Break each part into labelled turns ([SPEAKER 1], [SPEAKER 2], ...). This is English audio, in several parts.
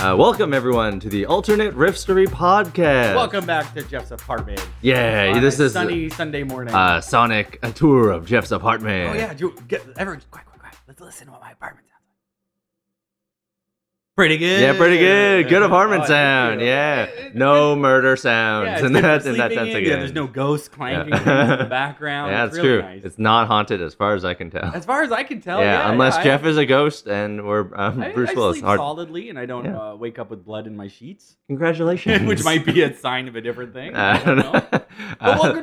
[SPEAKER 1] Uh, welcome everyone to the Alternate Riffstory Podcast.
[SPEAKER 2] Welcome back to Jeff's apartment.
[SPEAKER 1] Yeah,
[SPEAKER 2] On
[SPEAKER 1] this
[SPEAKER 2] a
[SPEAKER 1] is
[SPEAKER 2] sunny Sunday morning.
[SPEAKER 1] uh, Sonic a tour of Jeff's apartment.
[SPEAKER 2] oh yeah, you get everyone quiet, quiet, quiet. Let's listen to what my apartment sounds like. Pretty good.
[SPEAKER 1] Yeah, pretty good. Good apartment
[SPEAKER 2] Oh, thank
[SPEAKER 1] sound.
[SPEAKER 2] you.
[SPEAKER 1] Yeah,
[SPEAKER 2] It- it-
[SPEAKER 1] no murder sounds,
[SPEAKER 2] Yeah, it's
[SPEAKER 1] and
[SPEAKER 2] good for
[SPEAKER 1] that and that
[SPEAKER 2] sleeping
[SPEAKER 1] sense
[SPEAKER 2] in.
[SPEAKER 1] again.
[SPEAKER 2] Yeah, there's no ghosts clanking
[SPEAKER 1] Yeah.
[SPEAKER 2] in the background.
[SPEAKER 1] Yeah,
[SPEAKER 2] it's
[SPEAKER 1] it's
[SPEAKER 2] really
[SPEAKER 1] true.
[SPEAKER 2] nice.
[SPEAKER 1] It's not haunted as far as I can tell.
[SPEAKER 2] As far as I can tell,
[SPEAKER 1] yeah,
[SPEAKER 2] yeah,
[SPEAKER 1] unless
[SPEAKER 2] I-
[SPEAKER 1] Jeff is a ghost and we're um,
[SPEAKER 2] I,
[SPEAKER 1] Bruce
[SPEAKER 2] I
[SPEAKER 1] Willis.
[SPEAKER 2] sleep
[SPEAKER 1] Hard-
[SPEAKER 2] solidly, and I don't
[SPEAKER 1] Yeah.
[SPEAKER 2] uh, wake up with blood in my sheets,
[SPEAKER 1] Congratulations.
[SPEAKER 2] which might be a sign of a different thing.
[SPEAKER 1] I don't know. Uh,
[SPEAKER 2] But welcome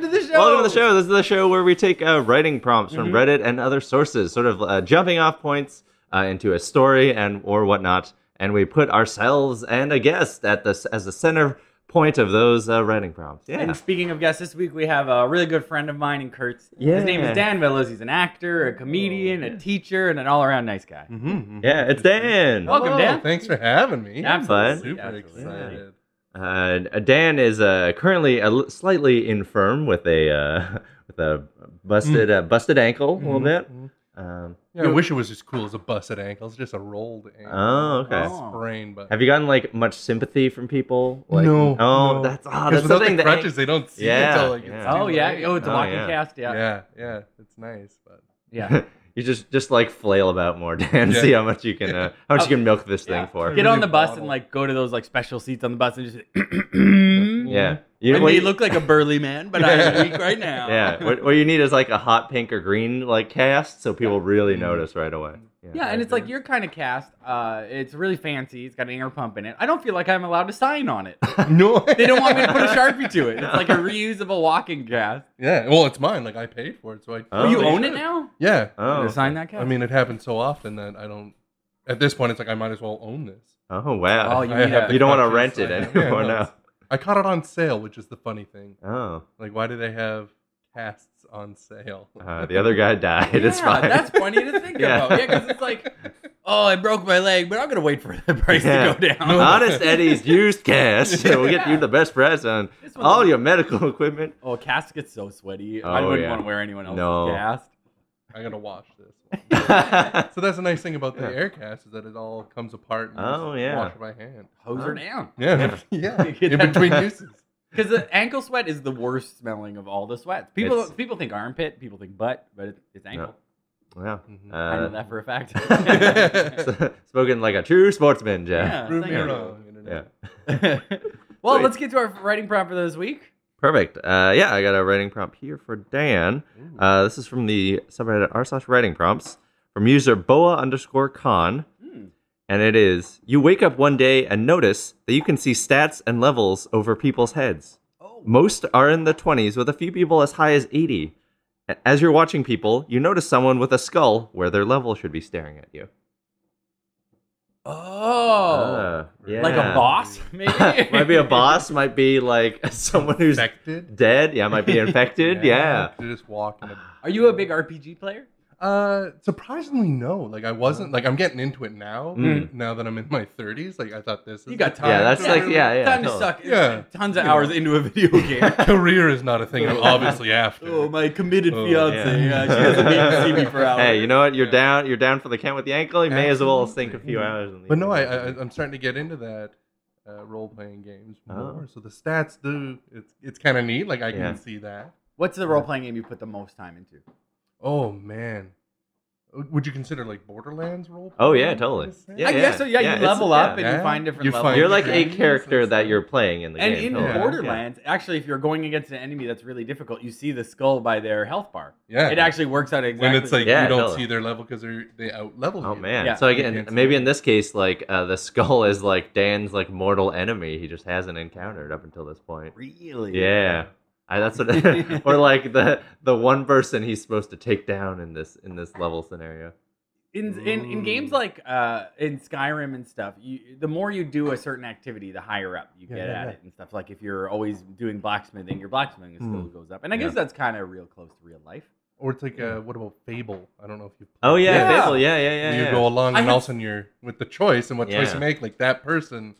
[SPEAKER 2] to the show.
[SPEAKER 1] Welcome to the show. This is the show where we take uh, writing prompts from
[SPEAKER 3] Mm-hmm.
[SPEAKER 2] Mhm.
[SPEAKER 1] Reddit and other sources, sort of uh, jumping off points uh, into a story and or whatnot, and we put ourselves and a guest at the as the center point of those uh, writing prompts. Yeah,
[SPEAKER 2] And speaking of guests, this week we have a really good friend of mine in Kurtz.
[SPEAKER 1] Yeah. Oh,
[SPEAKER 2] His name is Dan Villas. He's an actor, a comedian, a teacher, and an all around nice guy.
[SPEAKER 3] Mm-hmm.
[SPEAKER 1] yeah, it's Dan.
[SPEAKER 2] Welcome,
[SPEAKER 3] Hello,
[SPEAKER 2] Dan.
[SPEAKER 3] Thanks for having me.
[SPEAKER 1] Fun.
[SPEAKER 3] Super
[SPEAKER 2] Absolutely.
[SPEAKER 3] excited.
[SPEAKER 1] Uh, Dan is uh, currently a l- slightly infirm with a uh, with a busted
[SPEAKER 3] Mm.
[SPEAKER 1] uh, busted ankle a little bit.
[SPEAKER 3] Mhm.
[SPEAKER 1] Um,
[SPEAKER 3] Yeah, I wish it was as cool as a busted ankle. It's just a rolled ankle.
[SPEAKER 1] Oh, okay.
[SPEAKER 3] It's sprained, but
[SPEAKER 1] have you gotten like much sympathy from people? Like, oh,
[SPEAKER 3] no, no.
[SPEAKER 1] that's oh,
[SPEAKER 3] Because
[SPEAKER 1] that's
[SPEAKER 3] without
[SPEAKER 1] something
[SPEAKER 3] the
[SPEAKER 1] that
[SPEAKER 3] crutches, they don't see
[SPEAKER 1] Yeah,
[SPEAKER 3] until like it's
[SPEAKER 1] yeah.
[SPEAKER 3] too
[SPEAKER 2] Oh, yeah.
[SPEAKER 3] late.
[SPEAKER 2] Oh, it's a
[SPEAKER 1] Oh,
[SPEAKER 2] walking
[SPEAKER 1] yeah.
[SPEAKER 2] cast. Yeah.
[SPEAKER 3] yeah, yeah, it's nice, but
[SPEAKER 2] Yeah.
[SPEAKER 1] you just just like flail about more, Dan.
[SPEAKER 3] Yeah.
[SPEAKER 1] See how much you can uh, how much you can milk this
[SPEAKER 2] Yeah.
[SPEAKER 1] thing for.
[SPEAKER 2] Get on the bus
[SPEAKER 3] Bottle.
[SPEAKER 2] and like go to those like special seats on the bus and just. and
[SPEAKER 1] Yeah, you, what
[SPEAKER 2] they
[SPEAKER 1] you-
[SPEAKER 2] look like a burly man, but I'm weak right now.
[SPEAKER 1] yeah. What, what you need is like a hot pink or green like cast, so people really notice right away.
[SPEAKER 2] Mm-hmm. Yeah, and it's like your kind of cast. Uh, it's really fancy. It's got an air pump in it. I don't feel like I'm allowed to sign on it.
[SPEAKER 3] no,
[SPEAKER 2] They don't want me to put a sharpie to it. It's like a reusable walking cast.
[SPEAKER 3] yeah, well, it's mine. Like I paid for it, so I.
[SPEAKER 1] Oh,
[SPEAKER 2] you
[SPEAKER 1] they
[SPEAKER 2] own it now?
[SPEAKER 3] Yeah,
[SPEAKER 1] Oh,
[SPEAKER 2] To sign that cast?
[SPEAKER 3] I mean, it happens so often that I don't. At this point, it's like I might as well own this.
[SPEAKER 1] oh wow.
[SPEAKER 2] Oh,
[SPEAKER 1] you,
[SPEAKER 2] you
[SPEAKER 3] I
[SPEAKER 2] mean,
[SPEAKER 3] have
[SPEAKER 2] uh,
[SPEAKER 3] the
[SPEAKER 1] don't want to rent
[SPEAKER 3] crutches,
[SPEAKER 1] it
[SPEAKER 3] I have-
[SPEAKER 1] anymore
[SPEAKER 3] yeah, no,
[SPEAKER 1] now.
[SPEAKER 3] it's- I caught it on sale, which is the funny thing.
[SPEAKER 1] Oh,
[SPEAKER 3] Like, why do they have casts on sale?
[SPEAKER 1] uh, the other guy died. it's
[SPEAKER 2] yeah,
[SPEAKER 1] fine.
[SPEAKER 2] that's funny to think
[SPEAKER 1] Yeah.
[SPEAKER 2] about. Yeah, because it's like, oh, I broke my leg, but I'm gonna wait for the price
[SPEAKER 1] Yeah.
[SPEAKER 2] to go down.
[SPEAKER 1] Honest Eddie's used cast. We'll get you the best price on
[SPEAKER 2] This one's-
[SPEAKER 1] all your medical equipment.
[SPEAKER 2] Oh, a cast gets so sweaty.
[SPEAKER 1] Oh,
[SPEAKER 2] I wouldn't
[SPEAKER 1] yeah.
[SPEAKER 2] want to wear anyone else's
[SPEAKER 1] No.
[SPEAKER 2] cast.
[SPEAKER 3] I'm gonna wash this. One. So that's the nice thing about the
[SPEAKER 1] Yeah.
[SPEAKER 3] air cast is that it all comes apart. And
[SPEAKER 1] Oh,
[SPEAKER 3] oh
[SPEAKER 1] yeah.
[SPEAKER 3] yeah, wash it by hand.
[SPEAKER 2] Hose her down.
[SPEAKER 3] Yeah, yeah.
[SPEAKER 2] You get
[SPEAKER 3] In
[SPEAKER 2] that
[SPEAKER 3] between
[SPEAKER 2] back.
[SPEAKER 3] uses.
[SPEAKER 2] Because the ankle sweat is the worst smelling of all the sweats. People
[SPEAKER 1] It's-
[SPEAKER 2] people think armpit, people think butt, but it's, it's ankle.
[SPEAKER 1] Wow.
[SPEAKER 3] Mhm.
[SPEAKER 2] I know
[SPEAKER 1] Uh,
[SPEAKER 2] that for a fact.
[SPEAKER 1] spoken like a true sportsman, Jeff.
[SPEAKER 2] Yeah.
[SPEAKER 3] Prove me
[SPEAKER 1] Yeah.
[SPEAKER 3] wrong, internet.
[SPEAKER 2] well,
[SPEAKER 1] Sweet.
[SPEAKER 2] let's get to our writing prompt for this week.
[SPEAKER 1] Perfect. Uh, yeah, I got a writing prompt here for Dan.
[SPEAKER 3] Ooh.
[SPEAKER 1] Uh, this is from the subreddit r slash writing prompts from user boa underscore con,
[SPEAKER 2] Hmm.
[SPEAKER 1] and it is you wake up one day and notice that you can see stats and levels over people's heads.
[SPEAKER 2] Oh.
[SPEAKER 1] Most are in the 20s, with a few people as high as 80. A- As you're watching people, you notice someone with a skull where their level should be staring at you.
[SPEAKER 2] Oh.
[SPEAKER 1] Uh, yeah.
[SPEAKER 2] Like a boss, maybe?
[SPEAKER 1] might be a boss, might be like someone who's
[SPEAKER 3] Infected.
[SPEAKER 1] dead. Yeah, might be infected. yeah.
[SPEAKER 3] You just walk. In a,
[SPEAKER 2] Are you a big RPG player?
[SPEAKER 3] uh, surprisingly, no. Like I wasn't. Like I'm getting into it now.
[SPEAKER 1] Mm.
[SPEAKER 3] Now that I'm in my 30s, like I thought this. Is
[SPEAKER 2] You got
[SPEAKER 3] the
[SPEAKER 2] time.
[SPEAKER 1] Yeah, that's
[SPEAKER 3] to-
[SPEAKER 1] like- yeah, yeah,
[SPEAKER 2] Time
[SPEAKER 1] totally.
[SPEAKER 2] to suck
[SPEAKER 3] Yeah.
[SPEAKER 2] tons of hours into a video game.
[SPEAKER 3] Career is not a thing I'm obviously after.
[SPEAKER 2] oh, my committed
[SPEAKER 3] Oh,
[SPEAKER 2] fiancee.
[SPEAKER 1] yeah.
[SPEAKER 2] Yeah. she doesn't need to see me for hours.
[SPEAKER 1] Hey, you know what? You're
[SPEAKER 3] Yeah.
[SPEAKER 1] down. You're down for the count with the ankle. You may as well
[SPEAKER 3] Absolutely.
[SPEAKER 1] sink a few hours. In the
[SPEAKER 3] But no, I, I I'm starting to get into that uh, role playing games
[SPEAKER 1] Oh.
[SPEAKER 3] more. So the stats do. It's it's kind of neat. Like I
[SPEAKER 1] Yeah.
[SPEAKER 3] can see that.
[SPEAKER 2] What's the role playing game you put the most time into?
[SPEAKER 3] Oh man, Uh, would you consider like Borderlands role?
[SPEAKER 1] Oh,
[SPEAKER 3] playing
[SPEAKER 1] yeah, totally.
[SPEAKER 3] in a sense?
[SPEAKER 1] Yeah,
[SPEAKER 2] I guess so. Yeah,
[SPEAKER 1] yeah,
[SPEAKER 2] you
[SPEAKER 1] it's-
[SPEAKER 2] level up
[SPEAKER 3] yeah.
[SPEAKER 2] and you
[SPEAKER 3] Yeah.
[SPEAKER 2] find different
[SPEAKER 3] You
[SPEAKER 2] levels.
[SPEAKER 3] find
[SPEAKER 1] You're like a
[SPEAKER 3] Friends and
[SPEAKER 1] character that
[SPEAKER 3] stuff.
[SPEAKER 1] you're playing in the
[SPEAKER 2] and
[SPEAKER 1] game.
[SPEAKER 2] in
[SPEAKER 1] totally.
[SPEAKER 3] yeah.
[SPEAKER 2] Borderlands, actually, if you're going against an enemy that's really difficult, you see the skull by their health bar.
[SPEAKER 3] yeah.
[SPEAKER 2] It actually works out exactly.
[SPEAKER 3] when it's like
[SPEAKER 1] Yeah,
[SPEAKER 3] you don't
[SPEAKER 1] totally.
[SPEAKER 3] see their level because they're they out level.
[SPEAKER 1] Oh
[SPEAKER 3] you.
[SPEAKER 1] man!
[SPEAKER 2] Yeah.
[SPEAKER 1] So
[SPEAKER 3] You
[SPEAKER 1] again,
[SPEAKER 3] can't
[SPEAKER 1] maybe
[SPEAKER 3] see.
[SPEAKER 1] in this case, like uh, the skull is like Dan's like mortal enemy. He just hasn't encountered up until this point.
[SPEAKER 2] really.
[SPEAKER 1] Yeah, I, that's what. or like the the one person he's supposed to take down in this in this level scenario.
[SPEAKER 2] in in, in games
[SPEAKER 3] Mm.
[SPEAKER 2] like uh, in Skyrim and stuff, you, the more you do a certain activity, the higher up you
[SPEAKER 3] Yeah,
[SPEAKER 2] get
[SPEAKER 3] yeah,
[SPEAKER 2] at
[SPEAKER 3] yeah.
[SPEAKER 2] it and stuff. Like if you're always doing blacksmithing, your blacksmithing skill goes up, and I
[SPEAKER 1] Mm. Yeah.
[SPEAKER 2] guess that's kind of real close to real life.
[SPEAKER 3] Or it's like uh, what about Fable? I don't know if you.
[SPEAKER 1] Oh yeah,
[SPEAKER 2] Yeah.
[SPEAKER 1] Fable. Yeah, yeah, yeah.
[SPEAKER 3] you
[SPEAKER 1] yeah.
[SPEAKER 3] go along
[SPEAKER 2] I
[SPEAKER 3] and
[SPEAKER 2] have-
[SPEAKER 3] all of a sudden you're with the choice and what choice
[SPEAKER 1] Yeah.
[SPEAKER 3] you make. Like that person,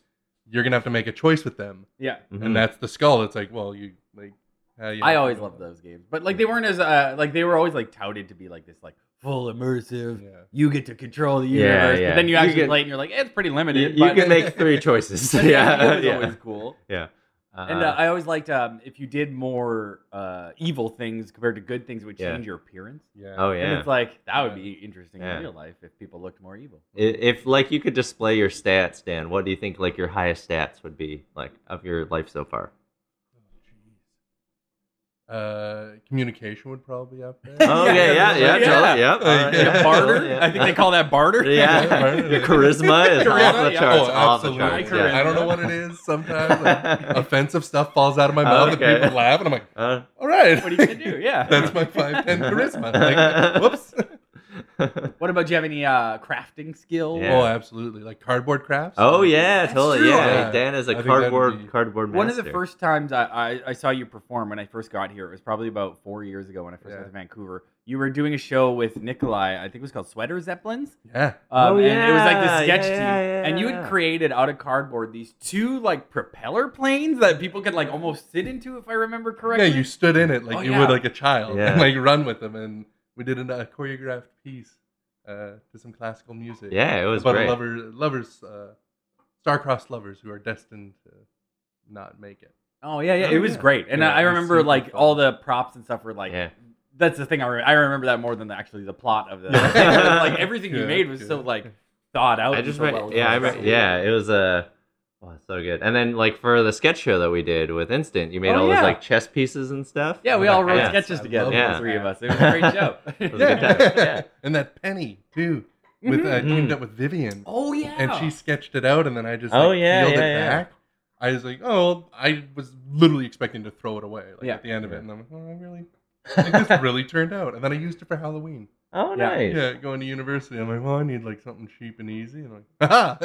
[SPEAKER 3] you're gonna have to make a choice with them,
[SPEAKER 2] Yeah,
[SPEAKER 1] Mhm.
[SPEAKER 3] and that's the skull. It's like well you like. how you
[SPEAKER 2] I always loved those games, but like they weren't as uh, like they were always like touted to be like this like full immersive.
[SPEAKER 3] Yeah.
[SPEAKER 2] You get to control the
[SPEAKER 1] Yeah,
[SPEAKER 2] universe,
[SPEAKER 1] yeah.
[SPEAKER 2] but then you
[SPEAKER 1] You
[SPEAKER 2] actually
[SPEAKER 1] get-
[SPEAKER 2] play it and you're like, eh, it's pretty
[SPEAKER 1] You,
[SPEAKER 2] limited.
[SPEAKER 1] you
[SPEAKER 2] but
[SPEAKER 1] can make three choices.
[SPEAKER 2] But
[SPEAKER 1] yeah,
[SPEAKER 2] It was
[SPEAKER 1] yeah,
[SPEAKER 2] always cool.
[SPEAKER 1] yeah. Uh,
[SPEAKER 2] And uh, I always liked um, if you did more uh, evil things compared to good things, it would
[SPEAKER 1] Yeah.
[SPEAKER 2] change your appearance.
[SPEAKER 3] Yeah.
[SPEAKER 1] oh
[SPEAKER 2] And
[SPEAKER 1] yeah.
[SPEAKER 2] it's like uh, that would be interesting
[SPEAKER 1] Yeah.
[SPEAKER 2] in real life if people looked more evil.
[SPEAKER 1] I- if like you could display your stats, Dan, what do you think like your highest stats would be like of your life so far?
[SPEAKER 3] Oh, Uh, communication would probably be up there.
[SPEAKER 1] Oh yeah, yeah, yeah,
[SPEAKER 2] Yeah.
[SPEAKER 1] totally, yep, all right,
[SPEAKER 3] Yeah,
[SPEAKER 1] yeah,
[SPEAKER 2] barter.
[SPEAKER 1] totally, yeah.
[SPEAKER 2] I think they call that barter.
[SPEAKER 1] Yeah,
[SPEAKER 3] Barter.
[SPEAKER 1] your charisma is
[SPEAKER 2] Charisma,
[SPEAKER 1] off the
[SPEAKER 2] yeah.
[SPEAKER 1] charts.
[SPEAKER 3] Oh,
[SPEAKER 1] off the
[SPEAKER 3] absolutely.
[SPEAKER 1] charts.
[SPEAKER 2] yeah.
[SPEAKER 3] I don't know what it is. Sometimes like, offensive stuff falls out of my mouth
[SPEAKER 1] Okay.
[SPEAKER 3] and people laugh, and I'm like,
[SPEAKER 1] Uh,
[SPEAKER 3] all right.
[SPEAKER 2] What are you gonna do? Yeah.
[SPEAKER 3] That's my five ten charisma. Like, whoops.
[SPEAKER 2] What about do you have any uh, crafting skills?
[SPEAKER 1] Yeah.
[SPEAKER 3] Oh, absolutely. Like cardboard crafts.
[SPEAKER 1] oh yeah,
[SPEAKER 2] That's
[SPEAKER 1] totally.
[SPEAKER 2] true.
[SPEAKER 1] Yeah.
[SPEAKER 3] Yeah.
[SPEAKER 1] Dan is
[SPEAKER 3] I
[SPEAKER 1] a
[SPEAKER 3] think that'd
[SPEAKER 1] cardboard
[SPEAKER 3] be-
[SPEAKER 1] cardboard master.
[SPEAKER 2] One of the first times I, I, I saw you perform when I first got here, it was probably about four years ago when I first
[SPEAKER 3] Yeah.
[SPEAKER 2] got to Vancouver. You were doing a show with Nikolai, I think it was called Sweater Zeppelins.
[SPEAKER 3] Yeah.
[SPEAKER 2] Um,
[SPEAKER 1] Oh,
[SPEAKER 2] And it was like
[SPEAKER 1] yeah,
[SPEAKER 2] the sketch
[SPEAKER 1] yeah,
[SPEAKER 2] team.
[SPEAKER 1] yeah, yeah,
[SPEAKER 2] and you
[SPEAKER 1] yeah.
[SPEAKER 2] had created out of cardboard these two like propeller planes that people could like almost sit into, if I remember correctly.
[SPEAKER 3] Yeah, you stood in it like
[SPEAKER 2] Oh,
[SPEAKER 3] you
[SPEAKER 2] yeah.
[SPEAKER 3] would like a child
[SPEAKER 1] Yeah.
[SPEAKER 3] and like run with them. And we did an, a choreographed piece uh, to some classical music.
[SPEAKER 1] Yeah, it was
[SPEAKER 3] about
[SPEAKER 1] great.
[SPEAKER 3] a lover, lovers, uh, star-crossed lovers who are destined to not make it.
[SPEAKER 2] Oh yeah, yeah,
[SPEAKER 3] Oh,
[SPEAKER 2] it was
[SPEAKER 3] yeah.
[SPEAKER 2] great, and
[SPEAKER 3] Yeah,
[SPEAKER 2] I I
[SPEAKER 3] it was
[SPEAKER 2] remember
[SPEAKER 3] super
[SPEAKER 2] like
[SPEAKER 3] fun.
[SPEAKER 2] all the props and stuff were like.
[SPEAKER 1] Yeah.
[SPEAKER 2] That's the thing I, re- I remember that more than the, actually the plot of the
[SPEAKER 1] Yeah.
[SPEAKER 2] like everything you
[SPEAKER 3] Yeah,
[SPEAKER 2] made was so
[SPEAKER 3] yeah.
[SPEAKER 2] like thought out.
[SPEAKER 1] I
[SPEAKER 2] and
[SPEAKER 1] just
[SPEAKER 2] so
[SPEAKER 1] remember,
[SPEAKER 2] well
[SPEAKER 1] yeah, I
[SPEAKER 2] done.
[SPEAKER 1] remember, yeah, it was uh, oh, so good. And then like for the sketch show that we did with Instant, you made
[SPEAKER 2] Oh,
[SPEAKER 1] all those
[SPEAKER 2] yeah.
[SPEAKER 1] like chess pieces and stuff.
[SPEAKER 2] yeah. We all wrote
[SPEAKER 1] Yeah.
[SPEAKER 2] sketches
[SPEAKER 3] I
[SPEAKER 2] together,
[SPEAKER 3] love
[SPEAKER 2] the
[SPEAKER 1] that.
[SPEAKER 2] three of us. It was a great show.
[SPEAKER 1] was a good time. Yeah.
[SPEAKER 3] and that penny too, with uh,
[SPEAKER 1] Mhm.
[SPEAKER 3] teamed up with Vivian,
[SPEAKER 2] Oh yeah,
[SPEAKER 3] and she sketched it out, and then I just like,
[SPEAKER 1] Oh, yeah,
[SPEAKER 3] peeled
[SPEAKER 1] yeah,
[SPEAKER 3] it
[SPEAKER 1] yeah.
[SPEAKER 3] back. I was like, oh, well, I was literally expecting to throw it away like,
[SPEAKER 2] Yeah.
[SPEAKER 3] at the end of
[SPEAKER 1] Yeah.
[SPEAKER 3] it, and I'm like, oh, I really, like, this really turned out. And then I used it for Halloween.
[SPEAKER 1] Oh,
[SPEAKER 2] Yeah.
[SPEAKER 1] nice.
[SPEAKER 3] Yeah, going to university. I'm like, well, I need like something cheap and easy. And I'm like, ha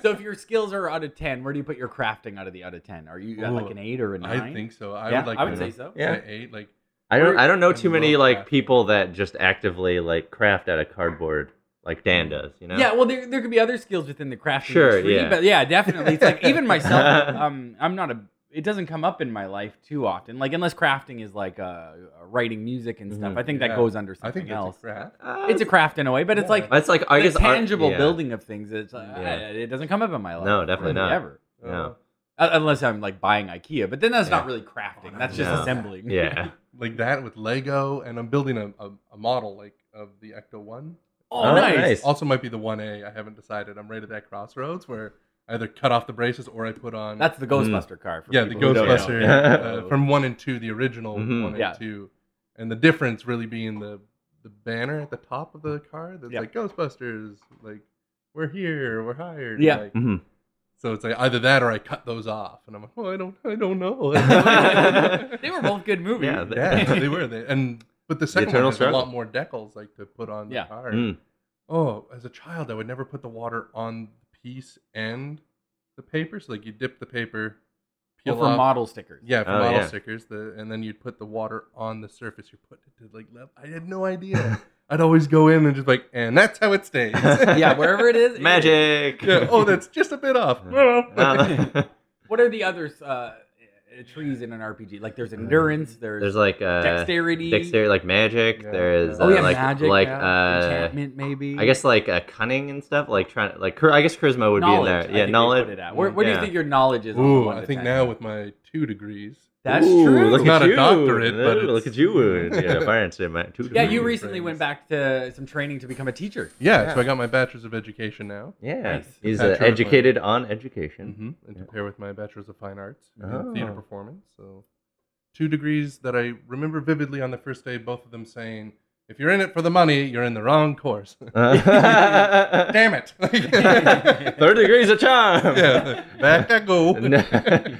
[SPEAKER 2] So if your skills are out of ten, where do you put your crafting out of the out of ten? Are you at like
[SPEAKER 3] Ooh,
[SPEAKER 2] an eight or a nine?
[SPEAKER 3] I think so. I
[SPEAKER 2] yeah,
[SPEAKER 3] would like.
[SPEAKER 2] I would
[SPEAKER 3] to-
[SPEAKER 2] say so.
[SPEAKER 1] Yeah.
[SPEAKER 3] an eight. Like,
[SPEAKER 1] I don't. I don't know too
[SPEAKER 3] I
[SPEAKER 1] many
[SPEAKER 3] love
[SPEAKER 1] like
[SPEAKER 3] that.
[SPEAKER 1] people that just actively like craft out of cardboard like Dan
[SPEAKER 3] Mm-hmm.
[SPEAKER 1] does. You know.
[SPEAKER 2] Yeah, well, there, there could be other skills within the crafting
[SPEAKER 1] Sure,
[SPEAKER 2] industry,
[SPEAKER 1] yeah.
[SPEAKER 2] but yeah, definitely. It's like even myself, um, I'm not a. It doesn't come up in my life too often, like unless crafting is like uh, writing music and stuff.
[SPEAKER 1] Mhm.
[SPEAKER 2] I think that
[SPEAKER 3] Yeah.
[SPEAKER 2] goes under
[SPEAKER 3] I
[SPEAKER 2] something
[SPEAKER 3] think that's
[SPEAKER 2] else.
[SPEAKER 3] a craft.
[SPEAKER 1] Uh,
[SPEAKER 2] It's a craft in a way, but it's
[SPEAKER 3] Yeah.
[SPEAKER 2] like
[SPEAKER 1] It's like I
[SPEAKER 2] the
[SPEAKER 1] guess art-
[SPEAKER 2] tangible
[SPEAKER 1] yeah.
[SPEAKER 2] building of things. It's uh,
[SPEAKER 1] Yeah.
[SPEAKER 2] it doesn't come up in my life.
[SPEAKER 1] No, definitely
[SPEAKER 2] really,
[SPEAKER 1] not.
[SPEAKER 2] ever.
[SPEAKER 1] Yeah.
[SPEAKER 3] Uh,
[SPEAKER 2] Uh, unless I'm like buying IKEA, but then that's
[SPEAKER 1] Yeah.
[SPEAKER 2] not really crafting. That's just
[SPEAKER 1] No.
[SPEAKER 2] assembling.
[SPEAKER 1] Yeah.
[SPEAKER 3] like that with Lego, and I'm building a, a, a model like of the Ecto One.
[SPEAKER 2] Oh,
[SPEAKER 1] Oh,
[SPEAKER 2] nice.
[SPEAKER 1] nice.
[SPEAKER 3] Also, might be the One A. I haven't decided. I'm right at that crossroads where I either cut off the braces or I put on.
[SPEAKER 2] That's the
[SPEAKER 1] Mm.
[SPEAKER 2] Ghostbuster car. For
[SPEAKER 3] yeah, the
[SPEAKER 2] people who don't know.
[SPEAKER 3] Ghostbuster
[SPEAKER 1] know.
[SPEAKER 3] uh, from one and two, the original
[SPEAKER 1] Mhm.
[SPEAKER 3] one and
[SPEAKER 2] Yeah.
[SPEAKER 3] two, and the difference really being the the banner at the top of the car that's
[SPEAKER 2] Yeah.
[SPEAKER 3] like Ghostbusters, like we're here, we're hired.
[SPEAKER 2] Yeah.
[SPEAKER 3] like-
[SPEAKER 1] Mhm.
[SPEAKER 3] so it's like either that or I cut those off, and I'm like, oh, I don't, I don't know.
[SPEAKER 2] they were both good movies.
[SPEAKER 1] Yeah, they-
[SPEAKER 3] yeah, they were. They, and but the second
[SPEAKER 1] Eternal
[SPEAKER 3] one has a lot
[SPEAKER 1] Struggle.
[SPEAKER 3] more decals like to put on
[SPEAKER 2] Yeah.
[SPEAKER 3] the car.
[SPEAKER 1] Mm.
[SPEAKER 3] Oh, as a child, I would never put the water on the piece and the paper. So like you dip the paper,
[SPEAKER 2] Well,
[SPEAKER 3] peel
[SPEAKER 2] for
[SPEAKER 1] uh,
[SPEAKER 3] off
[SPEAKER 2] model stickers.
[SPEAKER 3] yeah, for
[SPEAKER 1] Oh,
[SPEAKER 3] model
[SPEAKER 1] yeah.
[SPEAKER 3] stickers, the and then you'd put the water on the surface. You put it to like level. I had no idea. I'd always go in and just like, and that's how it stays.
[SPEAKER 2] yeah, wherever it is. it is.
[SPEAKER 1] Magic.
[SPEAKER 3] Yeah, oh, that's just a bit off. Well,
[SPEAKER 1] Uh,
[SPEAKER 2] What are the other uh, uh, trees in an RPG? Like, there's endurance. There's,
[SPEAKER 1] there's like uh,
[SPEAKER 2] dexterity.
[SPEAKER 1] dexterity, like magic.
[SPEAKER 3] Yeah.
[SPEAKER 1] There is uh,
[SPEAKER 2] Oh yeah,
[SPEAKER 1] like
[SPEAKER 2] magic.
[SPEAKER 1] like
[SPEAKER 2] yeah.
[SPEAKER 1] uh,
[SPEAKER 2] enchantment, maybe.
[SPEAKER 1] I guess like uh, cunning and stuff. Like trying like char- I guess charisma would
[SPEAKER 2] knowledge. I
[SPEAKER 1] be in
[SPEAKER 2] think
[SPEAKER 1] there. Yeah,
[SPEAKER 2] they
[SPEAKER 1] knowledge.
[SPEAKER 2] Put it at. Where, where do
[SPEAKER 1] Yeah.
[SPEAKER 2] you think your knowledge is? on the
[SPEAKER 3] Ooh,
[SPEAKER 2] one
[SPEAKER 3] I
[SPEAKER 2] to
[SPEAKER 3] think
[SPEAKER 2] 10?
[SPEAKER 3] now with my two degrees,
[SPEAKER 2] that's
[SPEAKER 1] Ooh,
[SPEAKER 2] true.
[SPEAKER 1] Look
[SPEAKER 3] It's not
[SPEAKER 1] at
[SPEAKER 3] a
[SPEAKER 1] you.
[SPEAKER 3] doctorate, but
[SPEAKER 1] Ooh, look
[SPEAKER 3] it's-
[SPEAKER 1] at you. Yeah, parents did my two
[SPEAKER 2] yeah,
[SPEAKER 1] degrees.
[SPEAKER 2] you recently
[SPEAKER 3] Brains.
[SPEAKER 2] went back to some training to become a teacher.
[SPEAKER 3] yeah,
[SPEAKER 1] Yeah.
[SPEAKER 3] So I got my bachelor's of education now,
[SPEAKER 1] Yeah,
[SPEAKER 2] Nice.
[SPEAKER 1] he's
[SPEAKER 3] That
[SPEAKER 1] uh,
[SPEAKER 3] sure was
[SPEAKER 1] educated on education.
[SPEAKER 3] mm-hmm. and to pair with my bachelor's of fine arts in
[SPEAKER 1] Oh.
[SPEAKER 3] theater performance. So two degrees that I remember vividly on the first day. Both of them saying, "If you're in it for the money, you're in the wrong course."
[SPEAKER 1] Uh,
[SPEAKER 2] Mm-hmm.
[SPEAKER 3] Damn it!
[SPEAKER 1] Third degrees of charm.
[SPEAKER 3] yeah, back I go.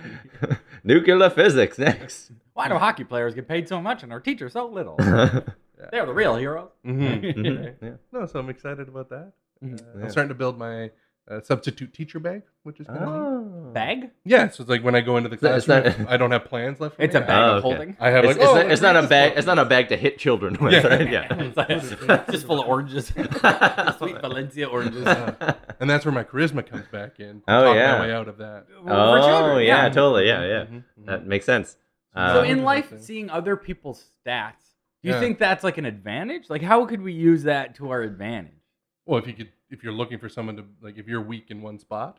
[SPEAKER 1] Nuclear physics next.
[SPEAKER 2] Why do hockey players get paid so much and our teachers so little?
[SPEAKER 1] Mhm,
[SPEAKER 2] They're the real heroes.
[SPEAKER 3] Mhm.
[SPEAKER 1] yeah.
[SPEAKER 3] No, so I'm excited about that. Uh,
[SPEAKER 1] Mm-hmm. Yeah.
[SPEAKER 3] I'm starting to build my uh, substitute teacher bag, which is kind of neat.
[SPEAKER 1] Oh.
[SPEAKER 2] Bag?
[SPEAKER 3] Yeah, so it's like when I go into the
[SPEAKER 1] that- is
[SPEAKER 3] classroom,
[SPEAKER 1] that-
[SPEAKER 3] I don't have plans left. For
[SPEAKER 2] It's
[SPEAKER 3] me.
[SPEAKER 2] a bag
[SPEAKER 1] Oh,
[SPEAKER 2] of
[SPEAKER 1] okay.
[SPEAKER 2] holding.
[SPEAKER 3] I, I have
[SPEAKER 1] It's,
[SPEAKER 3] like,
[SPEAKER 1] it's
[SPEAKER 3] oh,
[SPEAKER 1] not, it's
[SPEAKER 3] look
[SPEAKER 1] not a
[SPEAKER 3] at
[SPEAKER 1] bag.
[SPEAKER 3] this
[SPEAKER 1] It's not a bag to hit children with,
[SPEAKER 3] Yeah.
[SPEAKER 1] right? Yeah.
[SPEAKER 2] It's like- just full of oranges. Sweet Valencia oranges.
[SPEAKER 3] one. And that's where my charisma comes back in. to
[SPEAKER 1] Oh,
[SPEAKER 3] talk
[SPEAKER 1] yeah.
[SPEAKER 3] my way out of that.
[SPEAKER 2] For
[SPEAKER 1] oh
[SPEAKER 2] children,
[SPEAKER 1] yeah, totally. Yeah, yeah.
[SPEAKER 3] Mhm, mhm.
[SPEAKER 1] That makes sense.
[SPEAKER 3] So
[SPEAKER 2] So
[SPEAKER 1] Um,
[SPEAKER 2] in life,
[SPEAKER 3] Interesting.
[SPEAKER 2] seeing other people's stats, Do you
[SPEAKER 3] Yeah.
[SPEAKER 2] think that's like an advantage? Like, how could we use that to our advantage?
[SPEAKER 3] Well, if you could, if you're looking for someone to like, if you're weak in one spot,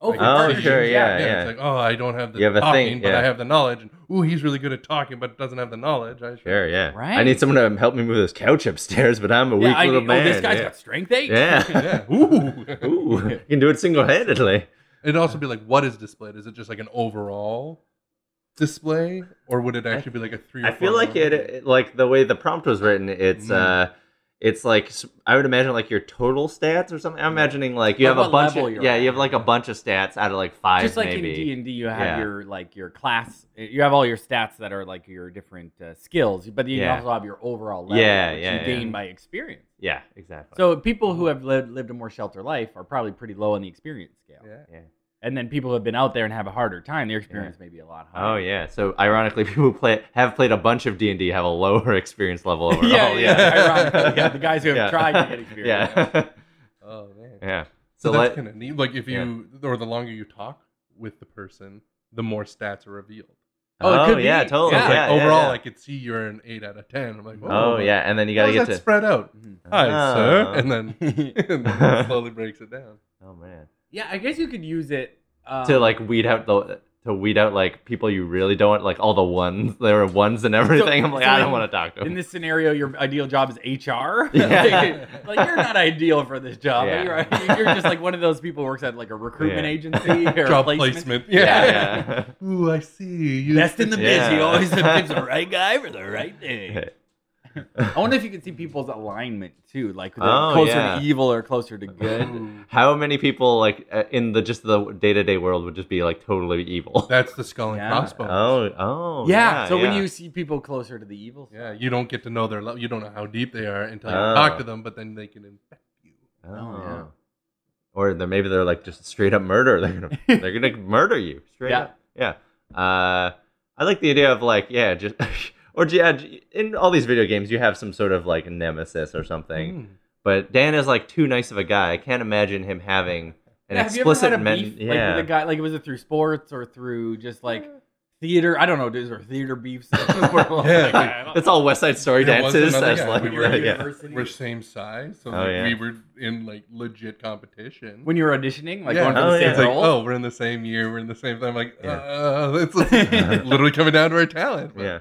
[SPEAKER 2] for
[SPEAKER 1] Oh,
[SPEAKER 2] sure,
[SPEAKER 1] sure, yeah,
[SPEAKER 3] yeah,
[SPEAKER 1] yeah.
[SPEAKER 3] it's like, oh, I don't have the
[SPEAKER 1] You have a
[SPEAKER 3] talking,
[SPEAKER 1] thing,
[SPEAKER 3] but
[SPEAKER 1] yeah.
[SPEAKER 3] I have the knowledge, and ooh, he's really good at talking, but doesn't have the knowledge. I should-
[SPEAKER 1] Sure, yeah. I
[SPEAKER 2] Right?
[SPEAKER 1] need someone to help me move this couch upstairs, but I'm a
[SPEAKER 2] Yeah,
[SPEAKER 1] weak
[SPEAKER 2] I
[SPEAKER 1] little
[SPEAKER 2] need-
[SPEAKER 1] man.
[SPEAKER 2] oh, this guy's
[SPEAKER 1] yeah.
[SPEAKER 2] got strength eight.
[SPEAKER 1] Yeah.
[SPEAKER 3] Yeah. Ooh.
[SPEAKER 1] Ooh, you can do it single handedly.
[SPEAKER 3] It'd also be like, what is displayed? Is it just like an overall display, or would it actually be like a three? Or
[SPEAKER 1] I feel
[SPEAKER 3] four
[SPEAKER 1] like it,
[SPEAKER 3] level?
[SPEAKER 1] it- like the way the prompt was written. It's
[SPEAKER 3] Mm.
[SPEAKER 2] Mm-hmm.
[SPEAKER 1] uh, it's like s- I would imagine like your total stats or something. I'm imagining like you
[SPEAKER 2] Like
[SPEAKER 1] have a
[SPEAKER 2] what
[SPEAKER 1] bunch.
[SPEAKER 2] level
[SPEAKER 1] Of,
[SPEAKER 2] you're
[SPEAKER 1] yeah,
[SPEAKER 2] at.
[SPEAKER 1] you have like a bunch of stats out of like five,
[SPEAKER 2] Just like
[SPEAKER 1] maybe.
[SPEAKER 2] in D and D, you have
[SPEAKER 1] Yeah.
[SPEAKER 2] your like your class. You have all your stats that are like your different uh, skills, but you
[SPEAKER 1] Yeah.
[SPEAKER 2] also have your overall level,
[SPEAKER 1] Yeah,
[SPEAKER 2] which
[SPEAKER 1] yeah,
[SPEAKER 2] you
[SPEAKER 1] yeah.
[SPEAKER 2] gain by experience.
[SPEAKER 1] yeah, exactly.
[SPEAKER 2] So people
[SPEAKER 3] Mm-hmm.
[SPEAKER 2] who have lived, lived a more sheltered life are probably pretty low on the experience scale.
[SPEAKER 1] uh,
[SPEAKER 3] Yeah.
[SPEAKER 2] And then people who have been out there and have a harder time, their experience may be a lot
[SPEAKER 1] oh
[SPEAKER 2] higher.
[SPEAKER 1] yeah. So ironically, people who play have played a bunch of D and D have a lower experience level overall.
[SPEAKER 2] yeah, yeah.
[SPEAKER 3] yeah.
[SPEAKER 2] ironically, yeah, the guys who have
[SPEAKER 1] Oh, Yeah.
[SPEAKER 2] tried to get experience.
[SPEAKER 1] Yeah,
[SPEAKER 3] Oh man.
[SPEAKER 1] yeah. So,
[SPEAKER 3] So, that's
[SPEAKER 1] like,
[SPEAKER 3] kind of neat. Like if
[SPEAKER 1] Yeah.
[SPEAKER 3] you, or the longer you talk with the person, the more stats are revealed.
[SPEAKER 2] Oh, it could
[SPEAKER 1] yeah,
[SPEAKER 2] be.
[SPEAKER 1] totally.
[SPEAKER 2] Yeah.
[SPEAKER 1] Yeah,
[SPEAKER 3] Like,
[SPEAKER 1] yeah,
[SPEAKER 3] overall,
[SPEAKER 1] yeah.
[SPEAKER 3] I could see you're an eight out of ten. I'm like,
[SPEAKER 1] oh
[SPEAKER 3] whoa,
[SPEAKER 1] yeah, and then you
[SPEAKER 3] How
[SPEAKER 1] gotta
[SPEAKER 3] is
[SPEAKER 1] get
[SPEAKER 3] that
[SPEAKER 1] to.
[SPEAKER 3] spread out?
[SPEAKER 2] Mhm.
[SPEAKER 3] Hi,
[SPEAKER 1] Oh.
[SPEAKER 3] sir, and then, and then it slowly breaks it down.
[SPEAKER 1] Oh man.
[SPEAKER 2] Yeah, I guess you could use it um,
[SPEAKER 1] to like weed out the to weed out like people you really don't want, like all the ones there are ones and everything. I'm like,
[SPEAKER 2] so
[SPEAKER 1] I
[SPEAKER 2] in-
[SPEAKER 1] don't want to talk to
[SPEAKER 2] In
[SPEAKER 1] them.
[SPEAKER 2] this scenario, your ideal job is HR.
[SPEAKER 1] Yeah.
[SPEAKER 2] like, you're not ideal for this job.
[SPEAKER 1] Yeah.
[SPEAKER 2] You're, you're just like one of those people who works at like a recruitment
[SPEAKER 1] Yeah.
[SPEAKER 2] agency or
[SPEAKER 3] Job
[SPEAKER 2] placement.
[SPEAKER 3] placement.
[SPEAKER 2] Yeah.
[SPEAKER 1] yeah.
[SPEAKER 3] Ooh, I see. You
[SPEAKER 2] Best in the biz. He
[SPEAKER 1] Yeah.
[SPEAKER 2] always picks the right guy for the right thing.
[SPEAKER 1] yeah.
[SPEAKER 2] I wonder if you could see people's alignment too, like they're
[SPEAKER 1] Oh,
[SPEAKER 2] closer
[SPEAKER 1] yeah.
[SPEAKER 2] to evil or closer to good.
[SPEAKER 3] Ooh.
[SPEAKER 1] How many people like uh, in the just the day to day world would just be like totally evil?
[SPEAKER 3] That's the skull and
[SPEAKER 2] Yeah.
[SPEAKER 3] crossbones.
[SPEAKER 1] Oh, oh,
[SPEAKER 2] yeah, So when
[SPEAKER 1] yeah.
[SPEAKER 2] you see people closer to the evil, side-
[SPEAKER 3] Yeah, you don't get to know their level. You don't know how deep they are until you
[SPEAKER 1] Oh.
[SPEAKER 3] talk to them, but then they can infect you.
[SPEAKER 1] oh,
[SPEAKER 2] Oh, yeah.
[SPEAKER 1] or they're, maybe they're like just straight up murder. They're gonna they're gonna murder you straight
[SPEAKER 2] Yeah.
[SPEAKER 1] up. Yeah. Uh, I like the idea of like yeah, just or yeah, j- in all these video games you have some sort of like nemesis or
[SPEAKER 2] Mm.
[SPEAKER 1] something.
[SPEAKER 3] Hmm.
[SPEAKER 1] But Dan is like too nice of a guy. I can't imagine him having an
[SPEAKER 2] Yeah, have you ever
[SPEAKER 1] explicit
[SPEAKER 2] had a
[SPEAKER 1] men-
[SPEAKER 2] beef,
[SPEAKER 1] yeah.
[SPEAKER 2] like with a guy? Like was it through sports or through just like theater? I don't know. Is there theater beefs? yeah,
[SPEAKER 1] it's all West Side Story
[SPEAKER 3] There was
[SPEAKER 1] dances.
[SPEAKER 3] another
[SPEAKER 1] That's
[SPEAKER 3] guy.
[SPEAKER 1] like,
[SPEAKER 3] We were
[SPEAKER 1] yeah.
[SPEAKER 3] at We're same size, so
[SPEAKER 1] Oh,
[SPEAKER 3] like,
[SPEAKER 1] yeah.
[SPEAKER 3] we were in like legit competition.
[SPEAKER 2] when you were auditioning, like
[SPEAKER 3] Yeah.
[SPEAKER 2] going for the
[SPEAKER 1] Oh, yeah.
[SPEAKER 2] same
[SPEAKER 3] it's like,
[SPEAKER 2] role.
[SPEAKER 3] oh, we're in the same year, we're in the same. I'm like,
[SPEAKER 1] Yeah.
[SPEAKER 3] uh, it's literally coming down to our talent.
[SPEAKER 1] yeah.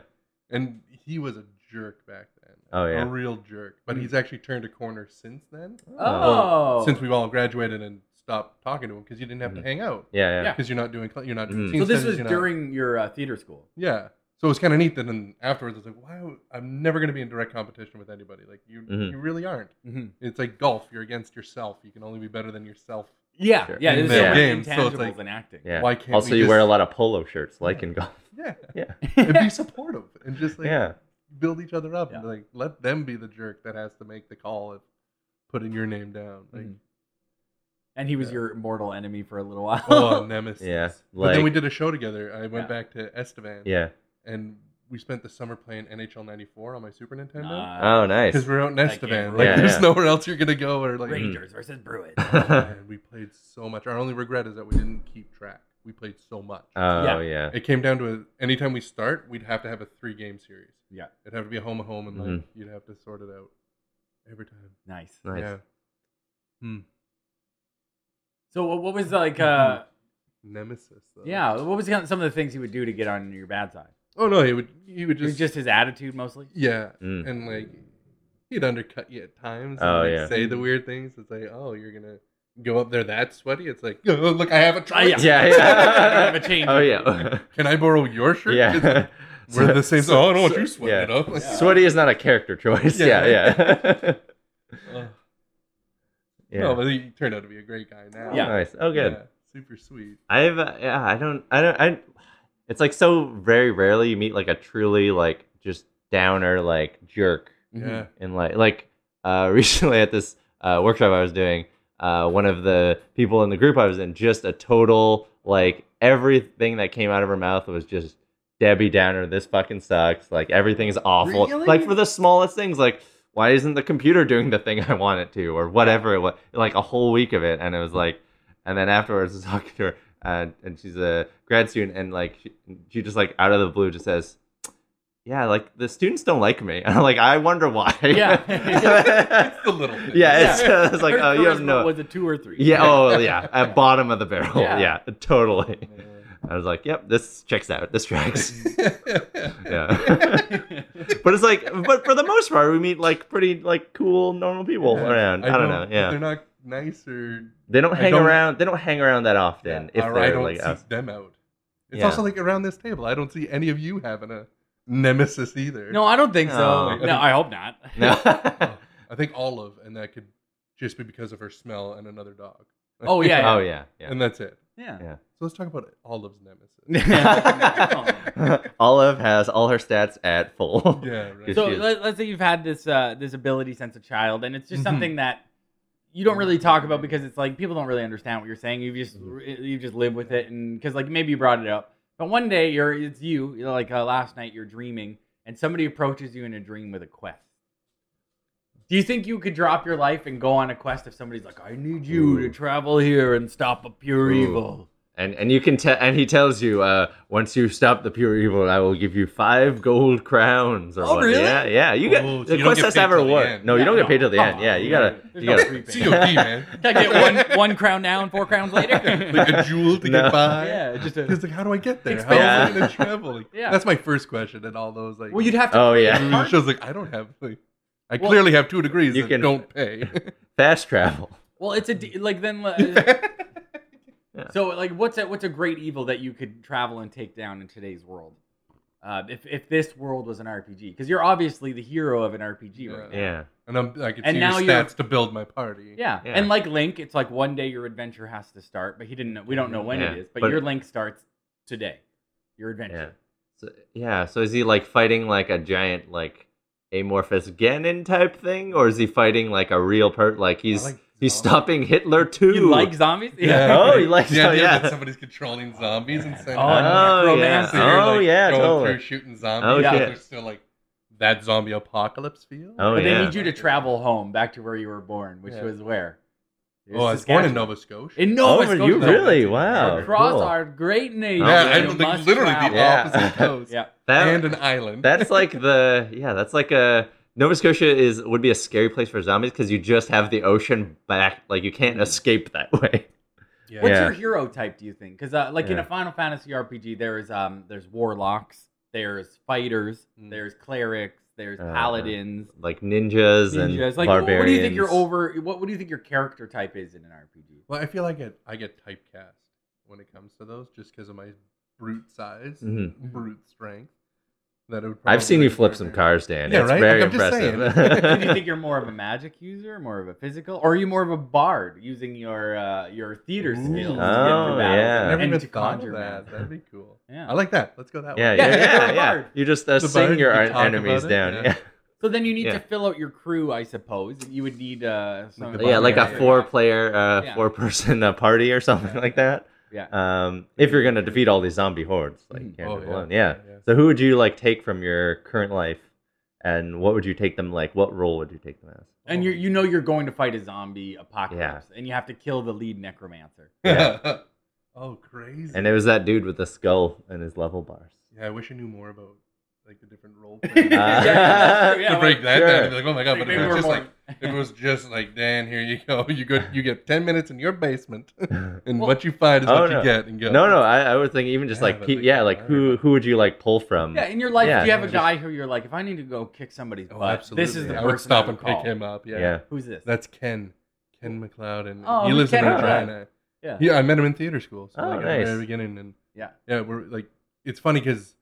[SPEAKER 3] and he was a jerk back then.
[SPEAKER 1] Oh, yeah.
[SPEAKER 3] a real jerk. But he's actually turned a corner since then.
[SPEAKER 2] Mm. Oh.
[SPEAKER 3] since we've all graduated and stopped talking to him because you didn't have
[SPEAKER 1] Mhm.
[SPEAKER 3] to hang out
[SPEAKER 1] Yeah, yeah.
[SPEAKER 2] Yeah.
[SPEAKER 3] because you're not doing cl- you're not doing
[SPEAKER 1] Mm.
[SPEAKER 3] team
[SPEAKER 2] so this
[SPEAKER 3] studies,
[SPEAKER 2] was
[SPEAKER 3] you're not-
[SPEAKER 2] during your uh, theater school.
[SPEAKER 3] Yeah. So it was kind of neat that then afterwards it's like, wow, I'm never going to be in direct competition with anybody. Like you,
[SPEAKER 1] Mhm.
[SPEAKER 3] you really aren't.
[SPEAKER 2] Mhm.
[SPEAKER 3] It's like golf. You're against yourself. You can only be better than yourself.
[SPEAKER 2] Yeah,
[SPEAKER 1] Sure.
[SPEAKER 2] yeah.
[SPEAKER 3] In
[SPEAKER 2] There's
[SPEAKER 1] the
[SPEAKER 2] so many
[SPEAKER 3] game, so
[SPEAKER 2] intangibles
[SPEAKER 3] it's like-
[SPEAKER 2] in acting.
[SPEAKER 1] Yeah.
[SPEAKER 3] Why can't
[SPEAKER 1] also,
[SPEAKER 3] we
[SPEAKER 1] you wear a
[SPEAKER 3] just-
[SPEAKER 1] lot of polo shirts, like in golf.
[SPEAKER 3] Yeah.
[SPEAKER 1] Yeah.
[SPEAKER 3] And be supportive and just like
[SPEAKER 1] Yeah.
[SPEAKER 3] build each other up.
[SPEAKER 2] Yeah.
[SPEAKER 3] And like let them be the jerk that has to make the call of putting your name down. Like,
[SPEAKER 2] Mhm. And he was your mortal enemy for a little while.
[SPEAKER 3] oh, nemesis.
[SPEAKER 1] Yeah.
[SPEAKER 3] but
[SPEAKER 1] Like,
[SPEAKER 3] then we did a show together. I went
[SPEAKER 2] Yeah.
[SPEAKER 3] back to Estevan.
[SPEAKER 1] yeah.
[SPEAKER 3] And we spent the summer playing NHL 94 on my Super Nintendo.
[SPEAKER 2] Nah.
[SPEAKER 1] Oh, nice.
[SPEAKER 3] because we're out in
[SPEAKER 2] That
[SPEAKER 3] Estevan.
[SPEAKER 2] game
[SPEAKER 3] Like,
[SPEAKER 1] Yeah,
[SPEAKER 3] there's
[SPEAKER 1] yeah.
[SPEAKER 3] nowhere else you're gonna go. Or like,
[SPEAKER 2] Rangers versus Bruins.
[SPEAKER 1] oh,
[SPEAKER 3] man, we played so much. Our only regret is that we didn't keep track. We played so much.
[SPEAKER 1] yeah.
[SPEAKER 3] it came down to a, anytime we start, we'd have to have a three game series.
[SPEAKER 2] Yeah.
[SPEAKER 3] it'd have to be a home a home, and like you'd have to sort it out every time.
[SPEAKER 2] nice.
[SPEAKER 1] Mm-hmm. Nice.
[SPEAKER 3] Yeah,
[SPEAKER 2] So what what was like?
[SPEAKER 3] Mm-hmm.
[SPEAKER 2] uh
[SPEAKER 3] nemesis. Though.
[SPEAKER 2] Yeah, what was kind of- some of the things he would do to get on your bad side?
[SPEAKER 3] Oh no, he would. He would
[SPEAKER 2] Just, it was
[SPEAKER 3] just.
[SPEAKER 2] just his attitude mostly.
[SPEAKER 3] Yeah,
[SPEAKER 1] Mm.
[SPEAKER 3] and like he'd undercut you at times.
[SPEAKER 1] Oh,
[SPEAKER 3] and, like,
[SPEAKER 1] yeah.
[SPEAKER 3] Say the weird things. It's like, oh, you're gonna go up there that sweaty. It's like, oh, look, I have a
[SPEAKER 2] Ah,
[SPEAKER 3] try.
[SPEAKER 2] yeah.
[SPEAKER 1] Uh, Yeah, yeah.
[SPEAKER 2] Have a change.
[SPEAKER 1] Oh, yeah.
[SPEAKER 3] Can I borrow your shirt? It's like,
[SPEAKER 1] yeah.
[SPEAKER 3] We're the same. oh, I don't want
[SPEAKER 1] so-
[SPEAKER 3] you sweating
[SPEAKER 1] yeah.
[SPEAKER 3] it up. Like,
[SPEAKER 1] Sweaty is not a character choice. Yeah,
[SPEAKER 3] Yeah.
[SPEAKER 1] yeah.
[SPEAKER 3] uh,
[SPEAKER 1] yeah.
[SPEAKER 3] No, but he turned out to be a great guy now.
[SPEAKER 2] Yeah.
[SPEAKER 1] Nice. Oh, good.
[SPEAKER 3] Yeah, super sweet.
[SPEAKER 1] I've uh, yeah, I don't I don't I it's like so very rarely you meet like a truly like just downer like jerk
[SPEAKER 3] Yeah.
[SPEAKER 1] in like like uh recently at this uh workshop I was doing uh one of the people in the group I was in just a total like everything that came out of her mouth was just Debbie Downer this fucking sucks like everything is awful
[SPEAKER 2] Really?
[SPEAKER 1] like for the smallest things like why isn't the computer doing the thing I want it to or whatever it was like a whole week of it and it was like and then afterwards, I was talking to her, and, and she's a grad student, and like she, she just like out of the blue just says, yeah, like the students don't like me. like I wonder why.
[SPEAKER 2] Yeah.
[SPEAKER 3] It's the little thing.
[SPEAKER 1] yeah, it's, it's like
[SPEAKER 2] Her
[SPEAKER 1] oh, you have
[SPEAKER 2] charisma
[SPEAKER 1] no.
[SPEAKER 2] Was a two or three?
[SPEAKER 1] Yeah. Oh, yeah. At bottom of the barrel.
[SPEAKER 2] Yeah.
[SPEAKER 1] Yeah. totally. I was like, yep, this checks out. This tracks. yeah. but it's like, but for the most part, we meet like pretty like cool normal people around. I, don't, know.
[SPEAKER 3] but They're
[SPEAKER 1] Yeah.
[SPEAKER 3] not nice or.
[SPEAKER 1] They don't
[SPEAKER 3] I
[SPEAKER 1] hang
[SPEAKER 3] don't-
[SPEAKER 1] around. They don't hang around that often. If
[SPEAKER 3] or I
[SPEAKER 1] they're
[SPEAKER 3] don't
[SPEAKER 1] like
[SPEAKER 3] seek
[SPEAKER 1] us.
[SPEAKER 3] them out. It's
[SPEAKER 1] Yeah.
[SPEAKER 3] also like around this table. I don't see any of you having a nemesis either.
[SPEAKER 2] No, I don't think so.
[SPEAKER 1] No.
[SPEAKER 2] No, I hope not.
[SPEAKER 1] No.
[SPEAKER 3] I think Olive, and that could just be because of her smell and another dog.
[SPEAKER 2] Oh yeah.
[SPEAKER 1] oh yeah. Yeah.
[SPEAKER 3] And that's it.
[SPEAKER 2] Yeah.
[SPEAKER 3] So let's talk about Olive's nemesis.
[SPEAKER 2] Yeah.
[SPEAKER 1] Olive has all her stats at full.
[SPEAKER 3] yeah, right.
[SPEAKER 1] Good
[SPEAKER 2] so
[SPEAKER 1] shit.
[SPEAKER 2] let, let's say you've had this uh, this ability since a child, and it's just
[SPEAKER 3] Mhm.
[SPEAKER 1] Mm-hmm.
[SPEAKER 2] something that you don't really talk about because it's like people don't really understand what you're saying. You just
[SPEAKER 1] Mm-hmm.
[SPEAKER 2] you just live with it, and because like maybe you brought it up, but one day you're it's you, you know, like uh, last night you're dreaming, and somebody approaches you in a dream with a quest. Do you think you could drop your life and go on a quest if somebody's like, "I need you to
[SPEAKER 1] Ooh.
[SPEAKER 2] travel here and stop a pure
[SPEAKER 1] Ooh.
[SPEAKER 2] evil"?
[SPEAKER 1] And and you can tell, and he tells you, uh, once you stop the pure evil, I will give you five gold crowns. Or
[SPEAKER 2] Oh,
[SPEAKER 1] what-
[SPEAKER 2] really?
[SPEAKER 1] Yeah, yeah. You got
[SPEAKER 3] Oh, so
[SPEAKER 1] the
[SPEAKER 3] you don't
[SPEAKER 1] quest
[SPEAKER 3] get
[SPEAKER 1] has
[SPEAKER 3] paid
[SPEAKER 1] to have a
[SPEAKER 3] till the
[SPEAKER 1] reward.
[SPEAKER 3] end.
[SPEAKER 1] No, you
[SPEAKER 2] Yeah,
[SPEAKER 1] don't
[SPEAKER 2] no,
[SPEAKER 1] get paid till the
[SPEAKER 2] come
[SPEAKER 1] end.
[SPEAKER 2] on.
[SPEAKER 1] Yeah, you gotta,
[SPEAKER 2] There's
[SPEAKER 1] you
[SPEAKER 2] no
[SPEAKER 1] gotta.
[SPEAKER 2] creeping.
[SPEAKER 3] COD, man.
[SPEAKER 2] I get one one crown now and four crowns later.
[SPEAKER 3] like a jewel to
[SPEAKER 1] No.
[SPEAKER 3] get by.
[SPEAKER 2] yeah, just a,
[SPEAKER 3] It's like, how do I get there? How am I
[SPEAKER 1] Expensive.
[SPEAKER 3] going to travel? Like,
[SPEAKER 2] Yeah.
[SPEAKER 3] That's my first question. And all those, like,
[SPEAKER 2] well, you'd have to.
[SPEAKER 1] Oh,
[SPEAKER 2] create a
[SPEAKER 1] yeah.
[SPEAKER 3] It
[SPEAKER 2] card
[SPEAKER 3] shows like I don't have. Like, I
[SPEAKER 2] Well,
[SPEAKER 3] clearly have two degrees.
[SPEAKER 1] you
[SPEAKER 3] that
[SPEAKER 1] can-
[SPEAKER 3] don't pay.
[SPEAKER 1] Fast travel.
[SPEAKER 2] Well, it's a d- like then. uh, so like, what's a what's a great evil that you could travel and take down in today's world? Uh, if if this world was an RPG, because you're obviously the hero of an RPG right now.
[SPEAKER 1] Yeah.
[SPEAKER 3] and I'm, I can
[SPEAKER 2] And
[SPEAKER 3] see
[SPEAKER 2] now
[SPEAKER 3] your
[SPEAKER 2] you're-
[SPEAKER 3] stats to build my party.
[SPEAKER 2] Yeah.
[SPEAKER 1] Yeah.
[SPEAKER 2] and like Link, it's like one day your adventure has to start, but he didn't. know We don't know when
[SPEAKER 1] Yeah.
[SPEAKER 2] it is, but,
[SPEAKER 1] But-
[SPEAKER 2] your Link starts today. Your adventure.
[SPEAKER 1] So, yeah. So is he like fighting like a giant like amorphous Ganon type thing, or is he fighting like a real per? Like he's
[SPEAKER 3] like
[SPEAKER 1] he's
[SPEAKER 3] zombies.
[SPEAKER 1] stopping Hitler too.
[SPEAKER 2] You like zombies?
[SPEAKER 1] Oh, he likes-
[SPEAKER 3] the
[SPEAKER 1] oh,
[SPEAKER 3] idea
[SPEAKER 1] yeah.
[SPEAKER 3] that somebody's controlling zombies and sending
[SPEAKER 2] Oh,
[SPEAKER 3] out
[SPEAKER 1] Oh,
[SPEAKER 3] necromancer,
[SPEAKER 1] yeah. Oh,
[SPEAKER 3] like,
[SPEAKER 1] yeah,
[SPEAKER 3] going
[SPEAKER 1] totally.
[SPEAKER 3] through shooting zombies.
[SPEAKER 2] Oh,
[SPEAKER 3] but
[SPEAKER 2] yeah.
[SPEAKER 3] They're still like that zombie apocalypse feel.
[SPEAKER 1] Oh
[SPEAKER 2] but
[SPEAKER 1] yeah.
[SPEAKER 2] they need you to travel home, back to where you were born, which
[SPEAKER 3] Yeah.
[SPEAKER 2] was where.
[SPEAKER 3] Oh, I was born in
[SPEAKER 2] Saskatchewan.
[SPEAKER 3] Nova Scotia.
[SPEAKER 2] In
[SPEAKER 1] oh,
[SPEAKER 2] Nova
[SPEAKER 1] were
[SPEAKER 2] Scotia.
[SPEAKER 1] you really?
[SPEAKER 3] That's
[SPEAKER 1] Wow.
[SPEAKER 2] Across
[SPEAKER 1] Oh, cool.
[SPEAKER 2] our great nation.
[SPEAKER 1] Yeah, I
[SPEAKER 2] you
[SPEAKER 3] like,
[SPEAKER 2] must
[SPEAKER 3] literally the
[SPEAKER 2] travel.
[SPEAKER 1] Yeah.
[SPEAKER 3] opposite coast
[SPEAKER 2] Yeah.
[SPEAKER 1] That-
[SPEAKER 3] and an island.
[SPEAKER 1] That's like the yeah. That's like a Nova Scotia is would be a scary place for zombies because you just have the ocean back. Like you
[SPEAKER 2] Hmm.
[SPEAKER 1] can't escape that way.
[SPEAKER 3] yeah.
[SPEAKER 2] What's
[SPEAKER 1] Yeah.
[SPEAKER 2] your hero type? Do you think? Because uh, like in
[SPEAKER 1] Yeah.
[SPEAKER 2] a Final Fantasy RPG, there is um, there's warlocks, there's fighters,
[SPEAKER 3] Mm.
[SPEAKER 2] there's clerics, there's
[SPEAKER 1] Uh,
[SPEAKER 2] paladins,
[SPEAKER 1] Like ninjas,
[SPEAKER 2] ninjas.
[SPEAKER 1] and
[SPEAKER 2] Like, what
[SPEAKER 1] barbarians.
[SPEAKER 2] what do you think your over? What, what do you think your character type is in an RPG?
[SPEAKER 3] Well, I feel like it, I get typecast when it comes to those, just because of my brute size,
[SPEAKER 1] Mhm.
[SPEAKER 3] brute strength. That it would probably
[SPEAKER 1] I've seen you
[SPEAKER 3] be
[SPEAKER 1] flip
[SPEAKER 3] harder.
[SPEAKER 1] some cars, Dan.
[SPEAKER 3] Yeah,
[SPEAKER 1] it's
[SPEAKER 3] right?
[SPEAKER 1] very
[SPEAKER 3] Like, I'm just saying.
[SPEAKER 2] do you
[SPEAKER 1] impressive.
[SPEAKER 2] think you're more of a magic user, more of a physical, or are you more of a bard using your uh, your theater
[SPEAKER 3] Ooh.
[SPEAKER 2] skills? to get through
[SPEAKER 1] Oh,
[SPEAKER 2] battles
[SPEAKER 1] yeah.
[SPEAKER 3] I
[SPEAKER 2] and
[SPEAKER 3] never even
[SPEAKER 2] to
[SPEAKER 3] thought
[SPEAKER 2] conjure
[SPEAKER 3] of that.
[SPEAKER 2] magic?
[SPEAKER 3] That'd be cool.
[SPEAKER 2] Yeah.
[SPEAKER 3] I like that. Let's go that
[SPEAKER 1] yeah,
[SPEAKER 3] way.
[SPEAKER 1] yeah, yeah,
[SPEAKER 2] you're
[SPEAKER 1] yeah.
[SPEAKER 2] a bard.
[SPEAKER 1] You just uh,
[SPEAKER 3] The
[SPEAKER 1] sing
[SPEAKER 3] bard,
[SPEAKER 1] your
[SPEAKER 3] you
[SPEAKER 1] ar-
[SPEAKER 3] talk
[SPEAKER 1] enemies
[SPEAKER 3] about it,
[SPEAKER 1] down.
[SPEAKER 3] yeah.
[SPEAKER 1] Yeah,
[SPEAKER 2] So then you need
[SPEAKER 1] Yeah.
[SPEAKER 2] to fill out your crew, I suppose. You would need uh, some
[SPEAKER 3] Like
[SPEAKER 1] yeah.
[SPEAKER 3] the bard.
[SPEAKER 1] like a
[SPEAKER 3] Yeah.
[SPEAKER 1] four-player, uh,
[SPEAKER 2] Yeah.
[SPEAKER 1] four-person uh, party or something
[SPEAKER 3] Yeah.
[SPEAKER 1] like that.
[SPEAKER 2] Yeah.
[SPEAKER 1] Um, if you're gonna defeat all these zombie hordes, like you
[SPEAKER 2] Mhm.
[SPEAKER 1] can't
[SPEAKER 3] Oh,
[SPEAKER 1] do it
[SPEAKER 3] yeah.
[SPEAKER 1] alone. Yeah.
[SPEAKER 3] Yeah.
[SPEAKER 1] So who would you like take from your current life, and what would you take them like? What role would you take them as?
[SPEAKER 2] And you you know you're going to fight a zombie apocalypse, and you have to kill the lead necromancer.
[SPEAKER 1] Yeah.
[SPEAKER 3] oh, crazy.
[SPEAKER 1] And it was that dude with the skull and his level bars.
[SPEAKER 3] yeah, I wish I knew more about like the different role
[SPEAKER 1] Uh,
[SPEAKER 3] playing.
[SPEAKER 2] that's true.
[SPEAKER 3] to break that
[SPEAKER 1] sure.
[SPEAKER 3] down, I'd be like, oh my god! But if
[SPEAKER 2] Maybe
[SPEAKER 3] it
[SPEAKER 2] we're
[SPEAKER 3] was just
[SPEAKER 2] more-
[SPEAKER 3] like, if it was just like, Dan, here you go. You get you get ten minutes in your basement,
[SPEAKER 1] no,
[SPEAKER 3] and
[SPEAKER 2] Well-
[SPEAKER 3] what you find is
[SPEAKER 1] Oh,
[SPEAKER 3] what
[SPEAKER 1] no.
[SPEAKER 3] you get. And go.
[SPEAKER 1] no, I, I was thinking even just
[SPEAKER 3] Yeah,
[SPEAKER 1] like
[SPEAKER 3] but
[SPEAKER 1] pe-
[SPEAKER 3] like-
[SPEAKER 1] yeah, like who who would you like pull from?
[SPEAKER 2] Yeah, in your life,
[SPEAKER 1] Yeah.
[SPEAKER 2] do you have a
[SPEAKER 3] Just-
[SPEAKER 2] guy who you're like, if I need to go kick somebody's
[SPEAKER 3] Oh,
[SPEAKER 2] butt,
[SPEAKER 3] absolutely.
[SPEAKER 2] this is the
[SPEAKER 3] I
[SPEAKER 2] person
[SPEAKER 3] would stop
[SPEAKER 2] I
[SPEAKER 3] and
[SPEAKER 2] call.
[SPEAKER 3] pick him up. Yeah.
[SPEAKER 1] Yeah.
[SPEAKER 2] Who's this?
[SPEAKER 3] That's Ken. Ken McLeod, and
[SPEAKER 2] Oh,
[SPEAKER 3] he lives in
[SPEAKER 2] Ken
[SPEAKER 1] McLeod.
[SPEAKER 3] Regina.
[SPEAKER 2] Yeah.
[SPEAKER 3] yeah, I met him in theater school. So
[SPEAKER 1] Oh,
[SPEAKER 3] like, At the
[SPEAKER 1] nice.
[SPEAKER 3] very beginning, and
[SPEAKER 2] Yeah.
[SPEAKER 3] yeah, we're like, it's funny because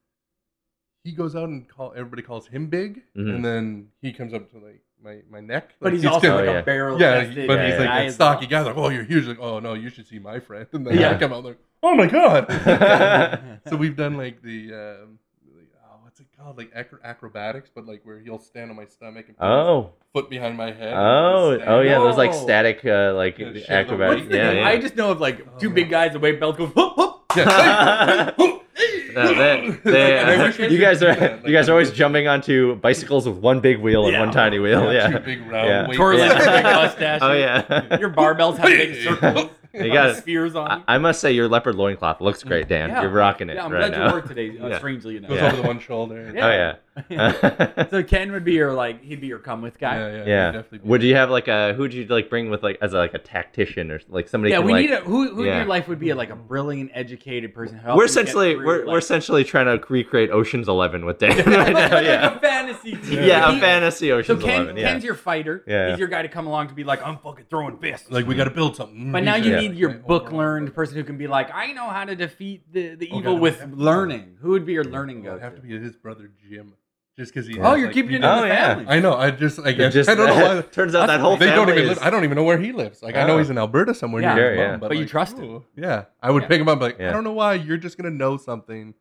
[SPEAKER 3] he goes out and call everybody calls him big,
[SPEAKER 1] Mhm.
[SPEAKER 3] and then he comes up to like my my neck.
[SPEAKER 2] Mm-hmm. but
[SPEAKER 3] Like,
[SPEAKER 2] he's, also
[SPEAKER 3] kinda
[SPEAKER 1] Oh,
[SPEAKER 2] like
[SPEAKER 1] yeah.
[SPEAKER 2] a barrel
[SPEAKER 3] yeah,
[SPEAKER 2] chested
[SPEAKER 3] but
[SPEAKER 1] yeah,
[SPEAKER 3] he's
[SPEAKER 1] yeah.
[SPEAKER 3] like
[SPEAKER 2] guy
[SPEAKER 3] that
[SPEAKER 2] as
[SPEAKER 3] stocky
[SPEAKER 2] well.
[SPEAKER 3] guy. Like, oh, you're huge. Like, oh no, you should see my friend. And then I
[SPEAKER 1] Yeah.
[SPEAKER 3] come out like, oh my god. so we've done like the. Um, like, oh, what's it called? Like acro- acrobatics, but like where he'll stand on my stomach and put his
[SPEAKER 1] Oh,
[SPEAKER 3] foot behind my head. and
[SPEAKER 1] oh,
[SPEAKER 3] stand
[SPEAKER 1] oh yeah,
[SPEAKER 3] up.
[SPEAKER 1] those like
[SPEAKER 2] Whoa.
[SPEAKER 1] static uh, like
[SPEAKER 3] Yeah, show the
[SPEAKER 1] acrobatic.
[SPEAKER 2] What's the
[SPEAKER 1] Yeah,
[SPEAKER 2] name?
[SPEAKER 1] yeah.
[SPEAKER 2] I just know of like
[SPEAKER 3] Oh,
[SPEAKER 2] two
[SPEAKER 3] yeah.
[SPEAKER 2] big guys. The weight belt goes whoop whoop.
[SPEAKER 3] Yeah.
[SPEAKER 1] No, they- they,
[SPEAKER 3] And
[SPEAKER 2] uh,
[SPEAKER 3] I wish we
[SPEAKER 1] uh, you
[SPEAKER 3] could
[SPEAKER 1] guys
[SPEAKER 3] do
[SPEAKER 1] are
[SPEAKER 3] that, like-
[SPEAKER 1] you guys are always jumping onto bicycles with one big wheel and
[SPEAKER 2] Yeah.
[SPEAKER 1] one tiny wheel.
[SPEAKER 3] Yeah,
[SPEAKER 1] Yeah,
[SPEAKER 3] Two big round
[SPEAKER 1] Yeah.
[SPEAKER 3] weights.
[SPEAKER 2] Twirling
[SPEAKER 1] Yeah.
[SPEAKER 2] a big mustache.
[SPEAKER 1] oh yeah.
[SPEAKER 2] Your barbells have big
[SPEAKER 3] Hey.
[SPEAKER 2] circles.
[SPEAKER 1] You got it.
[SPEAKER 2] spheres on.
[SPEAKER 1] I,
[SPEAKER 2] you.
[SPEAKER 1] I must say your leopard loincloth looks great, Dan.
[SPEAKER 2] Yeah.
[SPEAKER 1] You're rocking it
[SPEAKER 2] yeah, I'm
[SPEAKER 1] right
[SPEAKER 2] glad
[SPEAKER 1] now.
[SPEAKER 2] you worked today. Uh,
[SPEAKER 1] Yeah.
[SPEAKER 2] Strangely enough.
[SPEAKER 3] Goes
[SPEAKER 1] Yeah.
[SPEAKER 3] over the one shoulder.
[SPEAKER 2] Yeah.
[SPEAKER 1] Oh yeah.
[SPEAKER 2] so Ken would be your like he'd be your come with guy.
[SPEAKER 3] yeah, yeah.
[SPEAKER 1] Yeah.
[SPEAKER 3] he'd definitely be
[SPEAKER 1] Would
[SPEAKER 3] there.
[SPEAKER 1] you have like a who'd you like bring with like as a, like a tactician or like somebody?
[SPEAKER 2] Yeah,
[SPEAKER 1] can,
[SPEAKER 2] we
[SPEAKER 1] like,
[SPEAKER 2] need a who who in
[SPEAKER 1] yeah.
[SPEAKER 2] your life would be like a brilliant, educated person. who helped
[SPEAKER 1] We're
[SPEAKER 2] you get
[SPEAKER 1] essentially
[SPEAKER 2] through,
[SPEAKER 1] we're,
[SPEAKER 2] like-
[SPEAKER 1] we're essentially trying to recreate Ocean's Eleven with Dan
[SPEAKER 2] like,
[SPEAKER 1] right now.
[SPEAKER 2] like
[SPEAKER 1] Yeah,
[SPEAKER 2] a fantasy team.
[SPEAKER 1] yeah,
[SPEAKER 2] He-
[SPEAKER 1] a fantasy
[SPEAKER 2] So
[SPEAKER 1] Ocean's
[SPEAKER 2] Ken,
[SPEAKER 1] Eleven. Yeah,
[SPEAKER 2] Ken's your fighter.
[SPEAKER 1] Yeah.
[SPEAKER 2] He's your guy to come along to be like, I'm fucking throwing fists.
[SPEAKER 3] Like, we got to build something.
[SPEAKER 2] but now you
[SPEAKER 1] Yeah.
[SPEAKER 2] need your book learned person who can be like, I know how to defeat the, the
[SPEAKER 3] Oh,
[SPEAKER 2] evil
[SPEAKER 3] God,
[SPEAKER 2] with
[SPEAKER 3] I have to-
[SPEAKER 2] learning. Who would be your learning
[SPEAKER 3] It
[SPEAKER 2] go?
[SPEAKER 3] would Oh, have to be his brother Jim, just because he.
[SPEAKER 2] Oh,
[SPEAKER 3] has,
[SPEAKER 2] you're
[SPEAKER 3] like,
[SPEAKER 2] keeping it in
[SPEAKER 3] he-
[SPEAKER 2] the
[SPEAKER 1] Oh, yeah.
[SPEAKER 2] family.
[SPEAKER 3] I know. I just. I
[SPEAKER 1] It
[SPEAKER 3] guess.
[SPEAKER 1] just
[SPEAKER 3] I don't know why.
[SPEAKER 1] turns out that whole
[SPEAKER 3] they don't
[SPEAKER 1] family
[SPEAKER 3] even.
[SPEAKER 1] is-
[SPEAKER 3] Live, I don't even know where he lives. Like I know
[SPEAKER 1] Oh.
[SPEAKER 3] he's in Alberta somewhere.
[SPEAKER 2] Yeah.
[SPEAKER 3] near
[SPEAKER 1] Sure,
[SPEAKER 3] his
[SPEAKER 1] yeah.
[SPEAKER 3] mom,
[SPEAKER 2] But you
[SPEAKER 3] like,
[SPEAKER 2] trust him.
[SPEAKER 3] ooh, Yeah, I would
[SPEAKER 2] Yeah.
[SPEAKER 3] pick him up. Like
[SPEAKER 1] Yeah.
[SPEAKER 3] I don't know why you're just gonna know something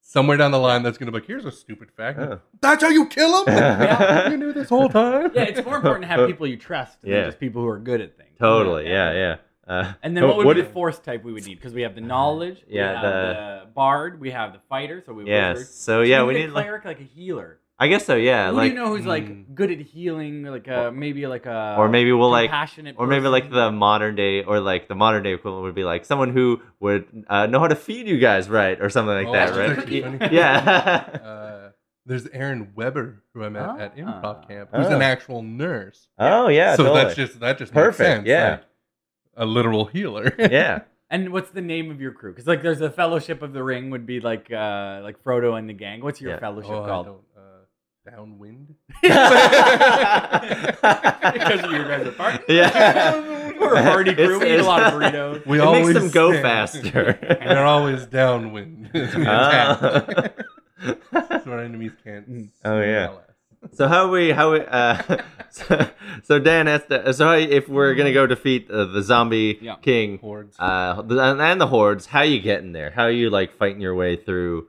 [SPEAKER 3] somewhere down the line that's gonna be like here's a stupid fact.
[SPEAKER 1] Oh.
[SPEAKER 3] That's how you kill him.
[SPEAKER 1] Yeah.
[SPEAKER 3] you knew this whole time.
[SPEAKER 2] yeah, it's more important to have people you trust than
[SPEAKER 1] Yeah.
[SPEAKER 2] just people who are good at things.
[SPEAKER 1] totally. Yeah, yeah. Uh,
[SPEAKER 2] And then what would be
[SPEAKER 1] if- Uh-huh.
[SPEAKER 2] the force type we would need? Because we have the knowledge,
[SPEAKER 1] Yeah,
[SPEAKER 2] we have the, bard, we have the fighter, so we
[SPEAKER 1] Yeah.
[SPEAKER 2] wizard.
[SPEAKER 1] So yeah,
[SPEAKER 2] you
[SPEAKER 1] we
[SPEAKER 2] need
[SPEAKER 1] need
[SPEAKER 2] a
[SPEAKER 1] like
[SPEAKER 2] cleric like a healer.
[SPEAKER 1] I guess so. Yeah,
[SPEAKER 2] who
[SPEAKER 1] like
[SPEAKER 2] do you know who's
[SPEAKER 3] Mm.
[SPEAKER 2] like good at healing, like uh, maybe like a
[SPEAKER 1] or maybe we'll like
[SPEAKER 2] compassionate
[SPEAKER 1] or maybe like the
[SPEAKER 2] person?
[SPEAKER 1] modern day or like the modern day equivalent would be like someone who would uh, know how to feed you guys right or something like
[SPEAKER 3] Oh,
[SPEAKER 1] that,
[SPEAKER 3] that's
[SPEAKER 1] right?
[SPEAKER 3] actually funny.
[SPEAKER 1] yeah.
[SPEAKER 3] Uh, there's Aaron Weber who I met at
[SPEAKER 2] Ah.
[SPEAKER 3] improv camp, who's an
[SPEAKER 1] Oh.
[SPEAKER 3] actual nurse.
[SPEAKER 1] oh yeah.
[SPEAKER 3] so
[SPEAKER 1] totally.
[SPEAKER 3] that's just that just
[SPEAKER 1] Perfect,
[SPEAKER 3] Makes sense.
[SPEAKER 1] yeah.
[SPEAKER 3] like, a literal healer.
[SPEAKER 1] yeah.
[SPEAKER 2] And what's the name of your crew? Because like there's a Fellowship of the Ring would be like uh like Frodo and the gang. What's your
[SPEAKER 1] Yeah.
[SPEAKER 2] fellowship
[SPEAKER 3] Oh, I
[SPEAKER 2] called?
[SPEAKER 3] don't, uh, downwind.
[SPEAKER 2] Because you guys are part-
[SPEAKER 1] Yeah.
[SPEAKER 2] We're a party crew.
[SPEAKER 1] It's-
[SPEAKER 2] we eat a lot of
[SPEAKER 1] it's-
[SPEAKER 2] burritos.
[SPEAKER 3] We
[SPEAKER 1] it
[SPEAKER 3] always
[SPEAKER 1] makes them go
[SPEAKER 3] stand-
[SPEAKER 1] faster.
[SPEAKER 3] They're always downwind. It's the
[SPEAKER 1] Ah.
[SPEAKER 3] attack. so our enemies can't.
[SPEAKER 1] Oh, yeah.
[SPEAKER 3] smell us.
[SPEAKER 1] so how we how we, uh, so, so Dan asked uh, so how, if we're gonna go defeat uh, the zombie
[SPEAKER 2] Yeah.
[SPEAKER 1] king
[SPEAKER 3] Hordes.
[SPEAKER 1] uh, the- and, and the hordes, how you getting there? How you like fighting your way through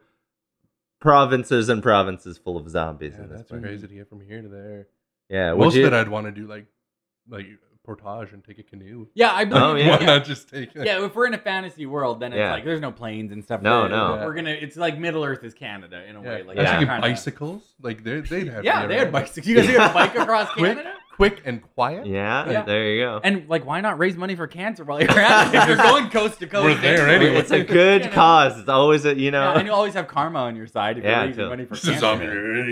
[SPEAKER 1] provinces and provinces full of zombies?
[SPEAKER 3] yeah,
[SPEAKER 1] in this
[SPEAKER 3] that's
[SPEAKER 1] place?
[SPEAKER 3] crazy to get from here to there.
[SPEAKER 1] Yeah, Uh, would
[SPEAKER 3] Most
[SPEAKER 1] you,
[SPEAKER 3] of it, I'd want to do like like portage and take a canoe.
[SPEAKER 2] Yeah, I believe.
[SPEAKER 1] Oh, yeah.
[SPEAKER 3] Why not just take?
[SPEAKER 2] yeah. if we're in a fantasy world, then it's
[SPEAKER 1] Yeah.
[SPEAKER 2] like there's no planes and stuff.
[SPEAKER 1] No,
[SPEAKER 2] there.
[SPEAKER 1] no.
[SPEAKER 2] We're gonna. It's like Middle Earth is Canada in a way. Like
[SPEAKER 3] I was
[SPEAKER 1] Yeah.
[SPEAKER 2] it's
[SPEAKER 3] thinking
[SPEAKER 2] kinda-
[SPEAKER 3] bicycles. Like they they'd have.
[SPEAKER 2] Yeah,
[SPEAKER 3] to
[SPEAKER 2] they
[SPEAKER 3] get
[SPEAKER 2] had
[SPEAKER 3] around.
[SPEAKER 2] bicycles. You guys are gonna bike across
[SPEAKER 3] Quick.
[SPEAKER 2] Canada.
[SPEAKER 3] Quick and quiet.
[SPEAKER 1] yeah,
[SPEAKER 2] Yeah.
[SPEAKER 1] there you go.
[SPEAKER 2] And like, why not raise money for cancer while you're at it? If you're going coast to coast.
[SPEAKER 3] We're
[SPEAKER 2] it's-
[SPEAKER 3] there anyway.
[SPEAKER 1] it's a good
[SPEAKER 2] Yeah, no.
[SPEAKER 1] cause. It's always a you
[SPEAKER 2] Yeah,
[SPEAKER 1] know.
[SPEAKER 2] and you always have karma on your side if
[SPEAKER 1] Yeah,
[SPEAKER 2] you're raising
[SPEAKER 1] too.
[SPEAKER 2] money for
[SPEAKER 3] This is
[SPEAKER 2] cancer.
[SPEAKER 3] zombie.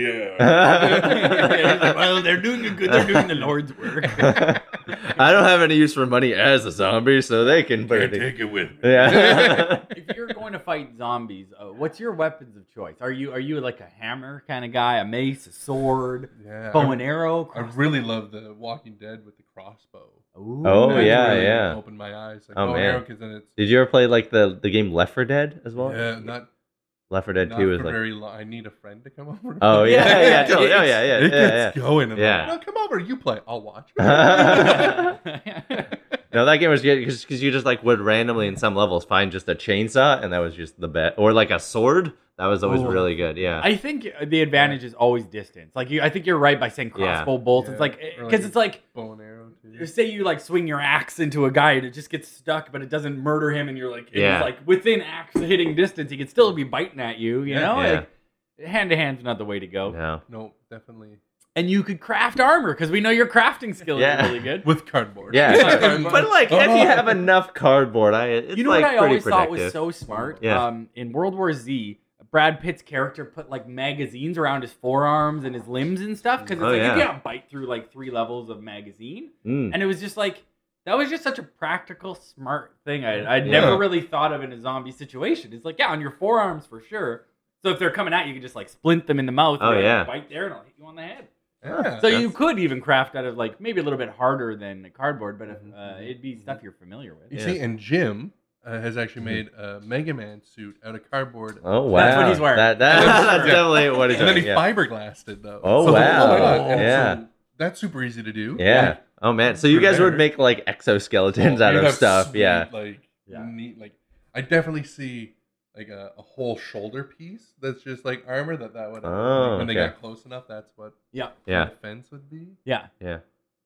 [SPEAKER 3] Yeah.
[SPEAKER 2] Yeah, it's
[SPEAKER 1] I
[SPEAKER 2] like, well, they're doing a good. They're doing the Lord's work.
[SPEAKER 1] don't have any use for money as a zombie, so they can burn it.
[SPEAKER 3] it with me.
[SPEAKER 1] Yeah.
[SPEAKER 2] if you're going to fight zombies, uh, what's your weapons of choice? Are you are you like a hammer kind of guy, a mace, a sword,
[SPEAKER 3] yeah.
[SPEAKER 2] bow
[SPEAKER 3] I-
[SPEAKER 2] and arrow?
[SPEAKER 3] I
[SPEAKER 2] cross-
[SPEAKER 3] really love the Walking Dead with the crossbow.
[SPEAKER 2] Ooh,
[SPEAKER 1] Oh,
[SPEAKER 3] That's
[SPEAKER 1] yeah,
[SPEAKER 3] really
[SPEAKER 1] yeah.
[SPEAKER 3] Opened my eyes. Like,
[SPEAKER 1] Oh,
[SPEAKER 3] oh
[SPEAKER 1] man.
[SPEAKER 3] man, because then it's
[SPEAKER 1] Did you ever play like the the game Left 4 Dead as well?
[SPEAKER 3] yeah, not,
[SPEAKER 1] Left 4 Dead
[SPEAKER 3] not
[SPEAKER 1] 2
[SPEAKER 3] for
[SPEAKER 1] is like.
[SPEAKER 3] very long. I need a friend to come over.
[SPEAKER 1] Oh yeah,
[SPEAKER 2] Yeah,
[SPEAKER 1] yeah,
[SPEAKER 2] yeah,
[SPEAKER 1] yeah, totally. oh yeah, yeah,
[SPEAKER 3] it
[SPEAKER 1] yeah, yeah.
[SPEAKER 3] gets going. I'm
[SPEAKER 1] Yeah.
[SPEAKER 3] like, no, come over. You play. I'll watch.
[SPEAKER 1] No, that game was good because you just like would randomly in some levels find just a chainsaw, and that was just the best, or like a sword. That was always
[SPEAKER 3] Ooh.
[SPEAKER 1] really good. Yeah,
[SPEAKER 2] I think the advantage is always distance. Like you, I think you're right by saying
[SPEAKER 1] Yeah.
[SPEAKER 2] crossbow bolts. It's
[SPEAKER 3] Yeah.
[SPEAKER 2] like
[SPEAKER 3] Or like
[SPEAKER 2] because it's like
[SPEAKER 3] Bow and arrow. Too.
[SPEAKER 2] say you like swing your axe into a guy and it just gets stuck, but it doesn't murder him, and you're like it's
[SPEAKER 1] Yeah.
[SPEAKER 2] like within axe hitting distance, he could still be biting at you. You
[SPEAKER 3] Yeah.
[SPEAKER 2] know,
[SPEAKER 1] Yeah.
[SPEAKER 2] like hand to hand's not the way to go.
[SPEAKER 1] no,
[SPEAKER 3] No, definitely
[SPEAKER 2] And you could craft armor because we know your crafting skill
[SPEAKER 1] Yeah.
[SPEAKER 2] is really good.
[SPEAKER 3] with cardboard.
[SPEAKER 1] yeah, but like if
[SPEAKER 3] uh-huh.
[SPEAKER 1] you have enough cardboard, I it's
[SPEAKER 2] you know
[SPEAKER 1] like
[SPEAKER 2] what I
[SPEAKER 1] pretty
[SPEAKER 2] always thought was
[SPEAKER 1] productive.
[SPEAKER 2] so smart?
[SPEAKER 1] Yeah.
[SPEAKER 2] Um, in World War Z, Brad Pitt's character put like magazines around his forearms and his limbs and stuff because it's
[SPEAKER 1] Oh,
[SPEAKER 2] like
[SPEAKER 1] yeah.
[SPEAKER 2] you can't bite through like three levels of magazine,
[SPEAKER 1] Mm.
[SPEAKER 2] and it was just like that was just such a practical, smart thing. I I never
[SPEAKER 3] Yeah.
[SPEAKER 2] really thought of in a zombie situation. It's like yeah, on your forearms for sure. So if they're coming at you, you can just like splint them in the mouth.
[SPEAKER 1] Oh,
[SPEAKER 2] You're like,
[SPEAKER 1] yeah.
[SPEAKER 2] bite there and I'll hit you on the head.
[SPEAKER 3] Yeah,
[SPEAKER 2] So
[SPEAKER 3] that's-
[SPEAKER 2] you could even craft out of like maybe a little bit harder than the cardboard, but if,
[SPEAKER 1] Mm-hmm.
[SPEAKER 2] uh, it'd be stuff you're familiar with.
[SPEAKER 3] You
[SPEAKER 1] Yeah. Mm-hmm.
[SPEAKER 3] see, and Jim uh, has actually made a Mega Man suit out of cardboard.
[SPEAKER 1] Oh wow,
[SPEAKER 2] That's what he's wearing.
[SPEAKER 1] That, that-
[SPEAKER 3] That's
[SPEAKER 1] that's
[SPEAKER 3] true.
[SPEAKER 1] definitely what he's
[SPEAKER 3] and then
[SPEAKER 1] wearing.
[SPEAKER 3] he
[SPEAKER 1] Yeah.
[SPEAKER 3] fiberglassed it though.
[SPEAKER 1] Oh,
[SPEAKER 3] So it's
[SPEAKER 1] wow.
[SPEAKER 3] like, my God. And
[SPEAKER 1] Yeah.
[SPEAKER 3] so that's super easy to do.
[SPEAKER 1] yeah. Oh man, so you guys would make like exoskeletons out
[SPEAKER 3] You'd
[SPEAKER 1] of
[SPEAKER 3] have
[SPEAKER 1] stuff.
[SPEAKER 3] sweet,
[SPEAKER 1] Yeah.
[SPEAKER 3] Like
[SPEAKER 2] Yeah.
[SPEAKER 3] neat. Like I definitely see like a, a whole shoulder piece that's just like armor that that would.
[SPEAKER 1] Oh,
[SPEAKER 3] like, when they
[SPEAKER 1] okay.
[SPEAKER 3] got close enough, that's what
[SPEAKER 2] Yeah.
[SPEAKER 1] Yeah.
[SPEAKER 3] the defense would be.
[SPEAKER 2] Yeah.
[SPEAKER 1] Yeah.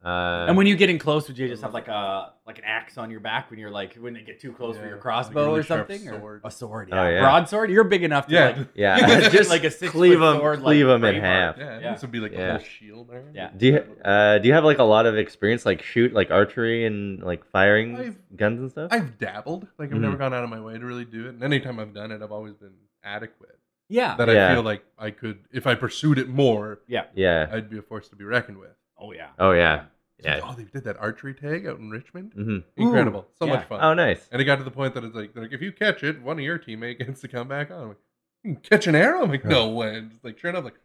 [SPEAKER 1] Uh,
[SPEAKER 2] And when you get in close, would you just have like a like an axe on your back when you're like when they get too close with
[SPEAKER 3] Yeah,
[SPEAKER 2] your
[SPEAKER 3] like a
[SPEAKER 2] crossbow
[SPEAKER 3] really
[SPEAKER 2] or
[SPEAKER 3] sharp
[SPEAKER 2] something? or-
[SPEAKER 3] sword.
[SPEAKER 2] A sword,
[SPEAKER 1] Oh,
[SPEAKER 2] yeah.
[SPEAKER 1] yeah.
[SPEAKER 2] Broadsword? You're big enough to
[SPEAKER 3] Yeah.
[SPEAKER 2] like
[SPEAKER 1] yeah,
[SPEAKER 2] just
[SPEAKER 1] just
[SPEAKER 2] like a six
[SPEAKER 1] cleave
[SPEAKER 2] foot
[SPEAKER 1] them,
[SPEAKER 2] sword, like
[SPEAKER 1] cleave them in
[SPEAKER 2] Braveheart.
[SPEAKER 1] half.
[SPEAKER 3] Yeah,
[SPEAKER 2] Yeah.
[SPEAKER 3] this would be like
[SPEAKER 1] Yeah.
[SPEAKER 3] a whole shield there.
[SPEAKER 2] Yeah.
[SPEAKER 1] Do you uh, do you have like a lot of experience like shoot like archery and like firing
[SPEAKER 3] I've-
[SPEAKER 1] guns and stuff?
[SPEAKER 3] I've dabbled. Like
[SPEAKER 1] Mm.
[SPEAKER 3] I've never gone out of my way to really do it. And anytime I've done it, I've always been adequate.
[SPEAKER 2] yeah.
[SPEAKER 3] That
[SPEAKER 1] Yeah.
[SPEAKER 3] I feel like I could, if I pursued it more,
[SPEAKER 1] yeah.
[SPEAKER 3] I'd be a force to be reckoned with.
[SPEAKER 2] Oh yeah.
[SPEAKER 1] Oh yeah.
[SPEAKER 3] So,
[SPEAKER 1] Yeah.
[SPEAKER 3] Oh, they did that archery tag out in Richmond.
[SPEAKER 1] hmm
[SPEAKER 2] Ooh,
[SPEAKER 3] Incredible. so
[SPEAKER 2] yeah.
[SPEAKER 3] much fun.
[SPEAKER 1] Oh nice.
[SPEAKER 3] And it got to the point that it's like, they're like, if you catch it, one of your teammate gets to come back on. I'm like, you can catch an arrow? I'm like, no way. And just like, sure enough, like,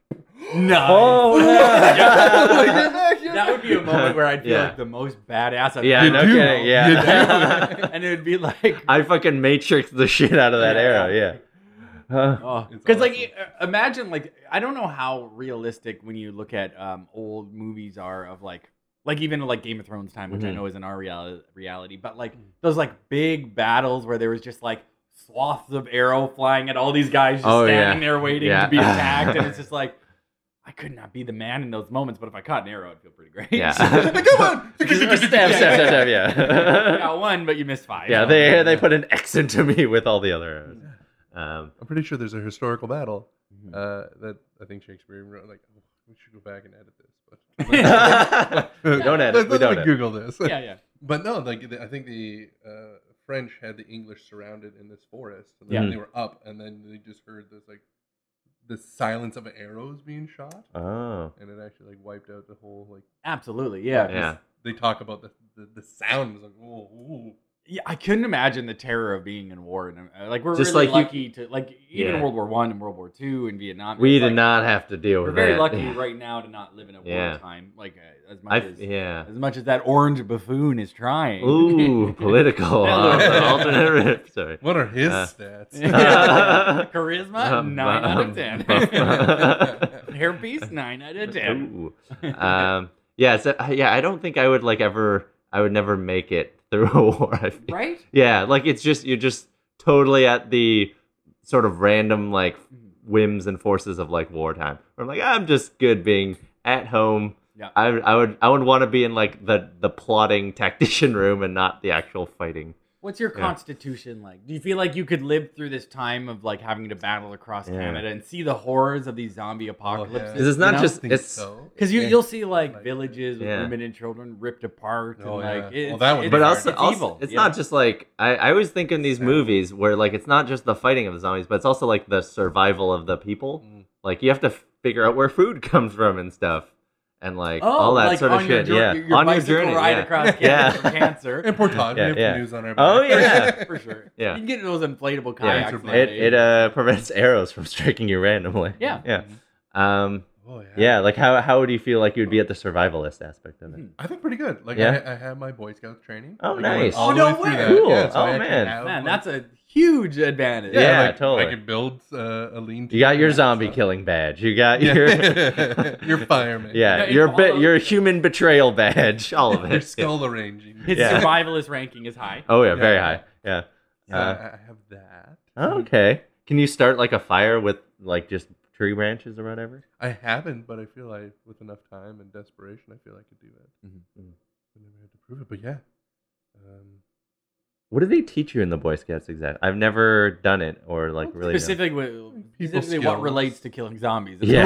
[SPEAKER 2] No.
[SPEAKER 1] Oh, yeah.
[SPEAKER 3] You're back, you're
[SPEAKER 2] That would be a moment where I'd feel
[SPEAKER 1] Yeah.
[SPEAKER 2] like the most badass. I've
[SPEAKER 1] Yeah,
[SPEAKER 2] ever
[SPEAKER 1] no
[SPEAKER 2] been.
[SPEAKER 1] kidding, yeah.
[SPEAKER 3] You do.
[SPEAKER 2] and it would be like,
[SPEAKER 1] I fucking matrix the shit out of that
[SPEAKER 2] Yeah. Oh,
[SPEAKER 1] arrow. Yeah. Uh,
[SPEAKER 2] because
[SPEAKER 3] It's
[SPEAKER 2] like,
[SPEAKER 3] awesome.
[SPEAKER 2] i- uh, imagine like I don't know how realistic when you look at um, old movies are of like, like even like Game of Thrones time, which I
[SPEAKER 1] Mhm.
[SPEAKER 2] know isn't our reali- reality, but
[SPEAKER 3] Mm.
[SPEAKER 2] like those like big battles where there was just like swaths of arrow flying at all these guys just
[SPEAKER 1] Oh,
[SPEAKER 2] standing
[SPEAKER 1] yeah.
[SPEAKER 2] there waiting
[SPEAKER 1] Yeah.
[SPEAKER 2] to be attacked, and it's just like. I could not be the man in those moments, but if I caught an arrow, I'd feel pretty great.
[SPEAKER 1] Yeah.
[SPEAKER 3] like, come on.
[SPEAKER 2] Stab,
[SPEAKER 1] stab, stab, stab, stab, yeah.
[SPEAKER 2] got one, but you missed five.
[SPEAKER 1] yeah, they they put an X into me with all the other arrows. Um,
[SPEAKER 3] I'm pretty sure there's a historical battle
[SPEAKER 2] Mhm.
[SPEAKER 3] uh, that I think Shakespeare wrote. Like, oh, we should go back and edit this.
[SPEAKER 1] don't
[SPEAKER 3] But
[SPEAKER 1] edit.
[SPEAKER 3] Let's,
[SPEAKER 1] we
[SPEAKER 3] let's
[SPEAKER 1] don't
[SPEAKER 3] not
[SPEAKER 1] edit.
[SPEAKER 3] Google this.
[SPEAKER 2] yeah, yeah.
[SPEAKER 3] But no, like the, I think the uh, French had the English surrounded in this forest, and
[SPEAKER 1] Yeah.
[SPEAKER 3] then they were up, and then they just heard this like the silence of arrows being shot,
[SPEAKER 1] Oh.
[SPEAKER 3] and it actually like wiped out the whole like.
[SPEAKER 2] Absolutely, yeah. 'cause-
[SPEAKER 1] Yeah.
[SPEAKER 3] They talk about the the, the sound was like oh, ooh.
[SPEAKER 2] yeah, I couldn't imagine the terror of being in war. And uh, like we're
[SPEAKER 1] Just
[SPEAKER 2] really
[SPEAKER 1] like
[SPEAKER 2] lucky to like even
[SPEAKER 1] Yeah.
[SPEAKER 2] World War One and World War Two and Vietnam.
[SPEAKER 1] We
[SPEAKER 2] it's
[SPEAKER 1] did
[SPEAKER 2] like,
[SPEAKER 1] not have to deal
[SPEAKER 2] We're
[SPEAKER 1] with
[SPEAKER 2] very
[SPEAKER 1] that.
[SPEAKER 2] lucky right now to not live in a
[SPEAKER 1] Yeah.
[SPEAKER 2] wartime. Like uh, as
[SPEAKER 1] I,
[SPEAKER 2] much as
[SPEAKER 1] yeah.
[SPEAKER 2] as much as that orange buffoon is trying.
[SPEAKER 1] Ooh, political.
[SPEAKER 2] Yeah,
[SPEAKER 1] huh?
[SPEAKER 3] look.
[SPEAKER 1] Alternate. Sorry.
[SPEAKER 3] What are his
[SPEAKER 1] Uh.
[SPEAKER 3] stats?
[SPEAKER 2] Charisma
[SPEAKER 1] Um,
[SPEAKER 2] nine out
[SPEAKER 1] um,
[SPEAKER 2] of ten.
[SPEAKER 1] buff-
[SPEAKER 2] Hairpiece nine out of ten.
[SPEAKER 1] Ooh. Um, yeah. So yeah, I don't think I would like ever. I would never make it through a war. I think.
[SPEAKER 2] Right?
[SPEAKER 1] Yeah, like it's just you're just totally at the sort of random like whims and forces of like wartime. Where I'm like, I'm just good being at home.
[SPEAKER 2] Yeah.
[SPEAKER 1] I, I would I would want to be in like the the plotting tactician room and not the actual fighting.
[SPEAKER 2] What's your
[SPEAKER 1] Yeah.
[SPEAKER 2] constitution like? Do you feel like you could live through this time of like having to battle across
[SPEAKER 1] Yeah. Oh,
[SPEAKER 2] Canada and see the horrors of these zombie apocalypses?
[SPEAKER 1] Because it's not
[SPEAKER 2] you know?
[SPEAKER 1] just
[SPEAKER 3] think
[SPEAKER 1] it's
[SPEAKER 3] so.
[SPEAKER 2] Because you
[SPEAKER 3] Yeah.
[SPEAKER 2] you'll see like,
[SPEAKER 3] Like,
[SPEAKER 2] villages with
[SPEAKER 1] yeah.
[SPEAKER 2] women and children ripped apart and
[SPEAKER 3] Oh, yeah.
[SPEAKER 2] like
[SPEAKER 3] Well,
[SPEAKER 2] it's,
[SPEAKER 3] that would
[SPEAKER 2] it's,
[SPEAKER 3] be
[SPEAKER 1] but
[SPEAKER 3] hard.
[SPEAKER 1] also,
[SPEAKER 2] it's
[SPEAKER 1] also-
[SPEAKER 2] evil.
[SPEAKER 1] it's
[SPEAKER 2] yeah.
[SPEAKER 1] not just like I, I always think in these
[SPEAKER 3] Sad.
[SPEAKER 1] movies where like it's not just the fighting of the zombies, but it's also like the survival of the people.
[SPEAKER 3] Mm.
[SPEAKER 1] Like you have to figure out where food comes from and stuff, and like
[SPEAKER 2] oh,
[SPEAKER 1] all that
[SPEAKER 2] like
[SPEAKER 1] sort of
[SPEAKER 2] on your
[SPEAKER 1] shit.
[SPEAKER 2] jour-
[SPEAKER 1] yeah,
[SPEAKER 2] your, your
[SPEAKER 1] on your
[SPEAKER 2] bicycle
[SPEAKER 1] journey.
[SPEAKER 2] ride
[SPEAKER 1] yeah.
[SPEAKER 2] across
[SPEAKER 1] Yeah.
[SPEAKER 2] Canada from cancer.
[SPEAKER 3] And Portage,
[SPEAKER 1] Yeah,
[SPEAKER 3] we have
[SPEAKER 1] yeah.
[SPEAKER 3] the news on our
[SPEAKER 1] Oh,
[SPEAKER 3] back.
[SPEAKER 1] yeah.
[SPEAKER 2] for sure.
[SPEAKER 1] Yeah.
[SPEAKER 2] you can get those inflatable
[SPEAKER 1] Yeah,
[SPEAKER 2] kayaks.
[SPEAKER 3] it's-
[SPEAKER 1] it,
[SPEAKER 2] nowadays.
[SPEAKER 1] it uh prevents arrows from striking you randomly.
[SPEAKER 2] Yeah.
[SPEAKER 1] yeah, um,
[SPEAKER 3] Mm-hmm. Oh, yeah.
[SPEAKER 1] yeah. Like how how would you feel like you would be at the survivalist aspect of it?
[SPEAKER 2] Mhm.
[SPEAKER 3] I think pretty good. Like
[SPEAKER 1] Yeah?
[SPEAKER 3] I, I had my Boy Scout training.
[SPEAKER 1] Oh,
[SPEAKER 3] Like, I went
[SPEAKER 1] nice.
[SPEAKER 3] all
[SPEAKER 2] Oh,
[SPEAKER 3] the
[SPEAKER 2] no
[SPEAKER 3] way through
[SPEAKER 2] way.
[SPEAKER 3] that.
[SPEAKER 1] Cool.
[SPEAKER 3] Yeah, so
[SPEAKER 1] Oh,
[SPEAKER 3] I actually
[SPEAKER 1] man.
[SPEAKER 3] have,
[SPEAKER 2] man,
[SPEAKER 3] like-
[SPEAKER 2] that's a huge advantage.
[SPEAKER 1] Yeah.
[SPEAKER 3] like,
[SPEAKER 1] totally.
[SPEAKER 3] I can build uh, a lean.
[SPEAKER 1] You got your zombie killing badge. You got your
[SPEAKER 3] Yeah. your fireman.
[SPEAKER 1] yeah,
[SPEAKER 2] Yeah, it
[SPEAKER 1] your bit
[SPEAKER 2] follows-
[SPEAKER 1] your human betrayal badge. All of it.
[SPEAKER 3] Your
[SPEAKER 1] Yeah.
[SPEAKER 3] skull arranging.
[SPEAKER 2] His
[SPEAKER 1] Yeah.
[SPEAKER 2] survivalist ranking is high.
[SPEAKER 1] Oh yeah, very
[SPEAKER 3] Yeah.
[SPEAKER 1] high. Yeah.
[SPEAKER 3] Yeah,
[SPEAKER 1] Uh,
[SPEAKER 3] I I have that.
[SPEAKER 1] Oh, okay. Can you start like a fire with like just tree branches or whatever?
[SPEAKER 3] I haven't, but I feel like with enough time and desperation, I feel I could do it.
[SPEAKER 1] Mhm.
[SPEAKER 3] I never had to prove it, but yeah. Um,
[SPEAKER 1] What do they teach you in the Boy Scouts exactly? I've never done it or like really. known.
[SPEAKER 2] Specifically, with,
[SPEAKER 3] People
[SPEAKER 2] specifically what
[SPEAKER 3] skills.
[SPEAKER 2] relates to killing zombies. It's
[SPEAKER 1] Yeah.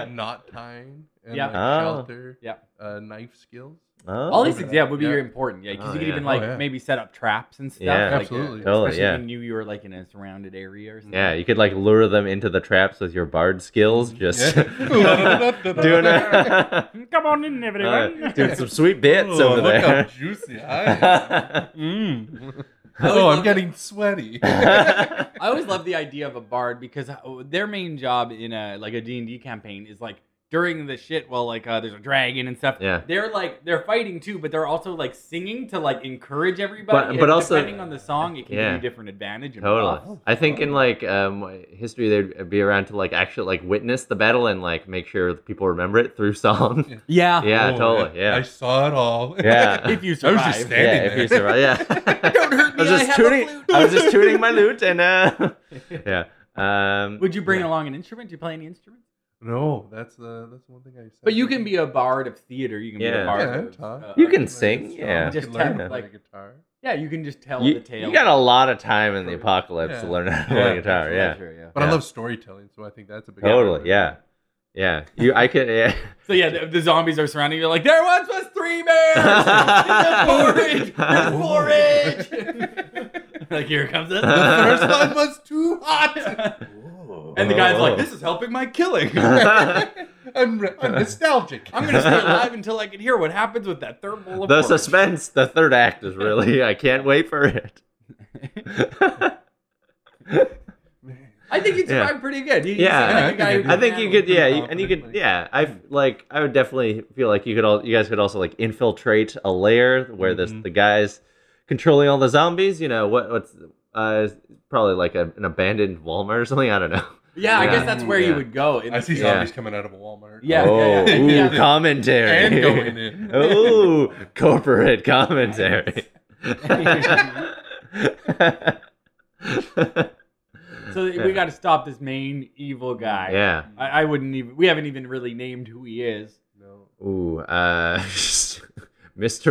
[SPEAKER 2] always-
[SPEAKER 3] knot tying and
[SPEAKER 2] Yeah.
[SPEAKER 3] like,
[SPEAKER 1] Oh.
[SPEAKER 3] shelter.
[SPEAKER 2] Yeah.
[SPEAKER 3] Uh, knife skills.
[SPEAKER 1] Oh,
[SPEAKER 2] All these
[SPEAKER 3] Remember
[SPEAKER 2] things,
[SPEAKER 3] that.
[SPEAKER 2] yeah, would be
[SPEAKER 3] Yeah.
[SPEAKER 2] important, yeah, because
[SPEAKER 1] Oh,
[SPEAKER 2] you could
[SPEAKER 1] yeah.
[SPEAKER 2] even like
[SPEAKER 3] Oh, yeah.
[SPEAKER 2] maybe set up traps and stuff.
[SPEAKER 1] Yeah.
[SPEAKER 2] like,
[SPEAKER 3] Absolutely.
[SPEAKER 1] Totally,
[SPEAKER 2] especially
[SPEAKER 1] yeah.
[SPEAKER 2] if you knew you were like in a surrounded area or something.
[SPEAKER 1] Yeah, you could like lure them into the traps with your bard skills. Just
[SPEAKER 3] Yeah.
[SPEAKER 1] doing a,
[SPEAKER 2] Come on in, everyone.
[SPEAKER 1] uh, doing some sweet bits
[SPEAKER 3] Oh,
[SPEAKER 1] over
[SPEAKER 3] look how
[SPEAKER 1] there.
[SPEAKER 3] juicy I am. Mm. Oh,
[SPEAKER 2] love
[SPEAKER 3] I'm getting sweaty.
[SPEAKER 2] I always love the idea of a bard because uh, their main job in a like a D and D campaign is like during the shit. Well, like uh, there's a dragon and stuff.
[SPEAKER 1] Yeah.
[SPEAKER 2] they're like they're fighting too, but they're also like singing to like encourage everybody.
[SPEAKER 1] But-
[SPEAKER 2] and
[SPEAKER 1] but also-
[SPEAKER 2] depending on the song, it can
[SPEAKER 1] Yeah.
[SPEAKER 2] give you different advantage. And
[SPEAKER 1] Totally.
[SPEAKER 2] buffs.
[SPEAKER 1] I think in like um, history, they'd be around to like actually like witness the battle and like make sure people remember it through song.
[SPEAKER 2] Yeah.
[SPEAKER 1] Yeah,
[SPEAKER 3] Oh,
[SPEAKER 1] totally.
[SPEAKER 3] I
[SPEAKER 1] Yeah,
[SPEAKER 3] saw it all.
[SPEAKER 1] yeah.
[SPEAKER 2] If you
[SPEAKER 3] I
[SPEAKER 2] survive.
[SPEAKER 3] was just
[SPEAKER 1] yeah,
[SPEAKER 3] standing
[SPEAKER 1] if you
[SPEAKER 3] there.
[SPEAKER 1] survive, yeah.
[SPEAKER 2] Don't hurt
[SPEAKER 1] I was
[SPEAKER 2] me, I
[SPEAKER 1] just
[SPEAKER 2] have a
[SPEAKER 1] tuning.
[SPEAKER 2] flute.
[SPEAKER 1] I was just tuning my lute, and uh, yeah. Um,
[SPEAKER 2] Would you bring along an instrument? Do you play any instrument?
[SPEAKER 3] No, that's the that's one thing I said.
[SPEAKER 2] But you can be a bard of theater. You can be
[SPEAKER 1] Yeah.
[SPEAKER 2] a bard.
[SPEAKER 3] Yeah,
[SPEAKER 2] of,
[SPEAKER 3] Todd.
[SPEAKER 2] uh,
[SPEAKER 1] You can
[SPEAKER 3] Like,
[SPEAKER 1] sing,
[SPEAKER 3] it's-
[SPEAKER 1] yeah.
[SPEAKER 3] You
[SPEAKER 2] Just
[SPEAKER 3] can learn
[SPEAKER 2] tap,
[SPEAKER 3] how to play
[SPEAKER 2] like-
[SPEAKER 3] guitar.
[SPEAKER 2] Yeah, you can just tell the
[SPEAKER 1] You,
[SPEAKER 2] tale.
[SPEAKER 1] you got a lot of time in the apocalypse to
[SPEAKER 3] Yeah.
[SPEAKER 1] learn how to
[SPEAKER 3] Yeah,
[SPEAKER 1] play guitar.
[SPEAKER 2] That's
[SPEAKER 1] Oh, Yeah,
[SPEAKER 2] true, yeah.
[SPEAKER 3] But I
[SPEAKER 1] Yeah.
[SPEAKER 3] love storytelling, so I think that's a big
[SPEAKER 1] totally. Yeah, yeah. You, I could. Yeah.
[SPEAKER 2] So yeah, the, the zombies are surrounding you. Like there once was three bears. There's porridge. There's porridge. like here comes it.
[SPEAKER 3] The first one was too hot.
[SPEAKER 2] And the guy's
[SPEAKER 1] Oh.
[SPEAKER 2] like, "This is helping my killing. I'm
[SPEAKER 3] I'm, re- I'm nostalgic.
[SPEAKER 2] gonna stay alive until I can hear what happens with that third bowl of
[SPEAKER 1] the
[SPEAKER 2] porridge."
[SPEAKER 1] suspense, the third act is really. I can't wait for it.
[SPEAKER 2] I think you described pretty good. You, you
[SPEAKER 1] Yeah.
[SPEAKER 2] sound like a
[SPEAKER 3] Yeah,
[SPEAKER 2] guy
[SPEAKER 3] I think
[SPEAKER 2] who
[SPEAKER 1] I think
[SPEAKER 2] can
[SPEAKER 1] you could, yeah,
[SPEAKER 3] pretty
[SPEAKER 1] you, and you could,
[SPEAKER 3] confidently.
[SPEAKER 1] yeah. I
[SPEAKER 2] hmm.
[SPEAKER 1] like, I would definitely feel like you could all, you guys could also like infiltrate a layer where this
[SPEAKER 2] Mm-hmm.
[SPEAKER 3] Mhm.
[SPEAKER 1] the guys controlling all the zombies. You know what? What's uh, probably like a, an abandoned Walmart or something. I don't know.
[SPEAKER 2] Yeah, I
[SPEAKER 1] Yeah.
[SPEAKER 2] guess that's where you
[SPEAKER 1] Yeah.
[SPEAKER 2] would go. in
[SPEAKER 3] I
[SPEAKER 2] the-
[SPEAKER 3] see
[SPEAKER 1] Yeah.
[SPEAKER 3] zombies coming out of a Walmart.
[SPEAKER 2] Yeah,
[SPEAKER 1] oh,
[SPEAKER 2] yeah, yeah.
[SPEAKER 1] Ooh,
[SPEAKER 2] Yeah.
[SPEAKER 1] commentary
[SPEAKER 3] And going in.
[SPEAKER 1] Ooh, corporate commentary.
[SPEAKER 2] So we got to stop this main evil guy.
[SPEAKER 1] yeah.
[SPEAKER 2] I, I wouldn't even. We haven't even really named who he is.
[SPEAKER 3] No.
[SPEAKER 1] Ooh, uh, Mr.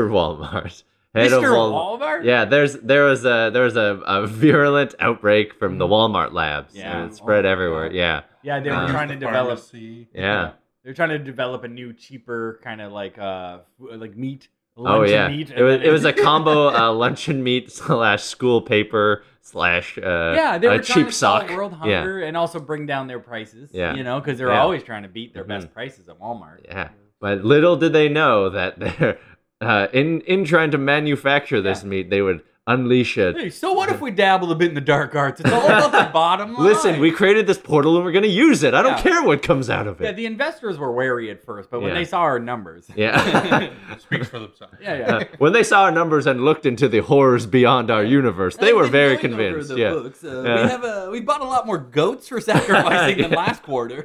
[SPEAKER 1] Walmart, head of
[SPEAKER 2] Mr.
[SPEAKER 1] Walmart.
[SPEAKER 2] Walmart.
[SPEAKER 1] Yeah, there's there was a there was a, a virulent outbreak from the Walmart labs.
[SPEAKER 2] Mm. Yeah.
[SPEAKER 1] and it spread
[SPEAKER 3] Oh,
[SPEAKER 1] everywhere.
[SPEAKER 3] God.
[SPEAKER 1] Yeah,
[SPEAKER 2] Yeah, they were
[SPEAKER 1] Uh,
[SPEAKER 2] trying to
[SPEAKER 3] The
[SPEAKER 2] develop.
[SPEAKER 3] pharmacy.
[SPEAKER 1] yeah,
[SPEAKER 2] They're trying to develop a new, cheaper kind of like uh f- like meat.
[SPEAKER 1] Oh
[SPEAKER 2] luncheon
[SPEAKER 1] yeah,
[SPEAKER 2] meat,
[SPEAKER 1] it
[SPEAKER 2] and
[SPEAKER 1] was
[SPEAKER 2] then-
[SPEAKER 1] it was a combo uh, luncheon meat slash school paper slash uh,
[SPEAKER 2] yeah, they were
[SPEAKER 1] a
[SPEAKER 2] trying
[SPEAKER 1] cheap
[SPEAKER 2] to solve
[SPEAKER 1] sock.
[SPEAKER 2] world
[SPEAKER 1] yeah,
[SPEAKER 2] hunger and also bring down their prices.
[SPEAKER 1] Yeah.
[SPEAKER 2] you know, because they're
[SPEAKER 1] Yeah. Mm-hmm.
[SPEAKER 2] always trying to beat their best prices at Walmart.
[SPEAKER 1] yeah. But little did they know that they're, uh, in in trying to manufacture this meat, they would unleash a
[SPEAKER 2] Hey, so what if we dabble a bit in the dark arts? It's all about the bottom line.
[SPEAKER 1] Listen, we created this portal and we're gonna use it. I don't
[SPEAKER 2] Yeah.
[SPEAKER 1] care what comes out of
[SPEAKER 2] Yeah,
[SPEAKER 1] it.
[SPEAKER 2] the investors were wary at first, but when
[SPEAKER 1] Yeah.
[SPEAKER 2] they saw our numbers,
[SPEAKER 1] Yeah.
[SPEAKER 3] Speaks for themselves.
[SPEAKER 2] yeah, yeah.
[SPEAKER 1] Uh, when they saw our numbers and looked into the horrors beyond our universe, they
[SPEAKER 2] I've
[SPEAKER 1] were
[SPEAKER 2] been
[SPEAKER 1] very
[SPEAKER 2] going over
[SPEAKER 1] convinced.
[SPEAKER 2] the
[SPEAKER 1] Yeah.
[SPEAKER 2] books. Uh,
[SPEAKER 1] Yeah.
[SPEAKER 2] We have a, we bought a lot more goats for sacrificing than
[SPEAKER 1] Yeah.
[SPEAKER 2] last quarter.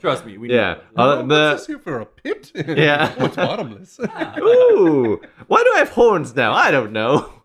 [SPEAKER 2] Trust me, we
[SPEAKER 1] Yeah.
[SPEAKER 2] Did.
[SPEAKER 1] Uh,
[SPEAKER 3] What's
[SPEAKER 1] the,
[SPEAKER 3] this here for a pit?
[SPEAKER 1] Yeah.
[SPEAKER 3] What's bottomless?
[SPEAKER 2] Ah.
[SPEAKER 1] ooh, why do I have horns now? I don't know.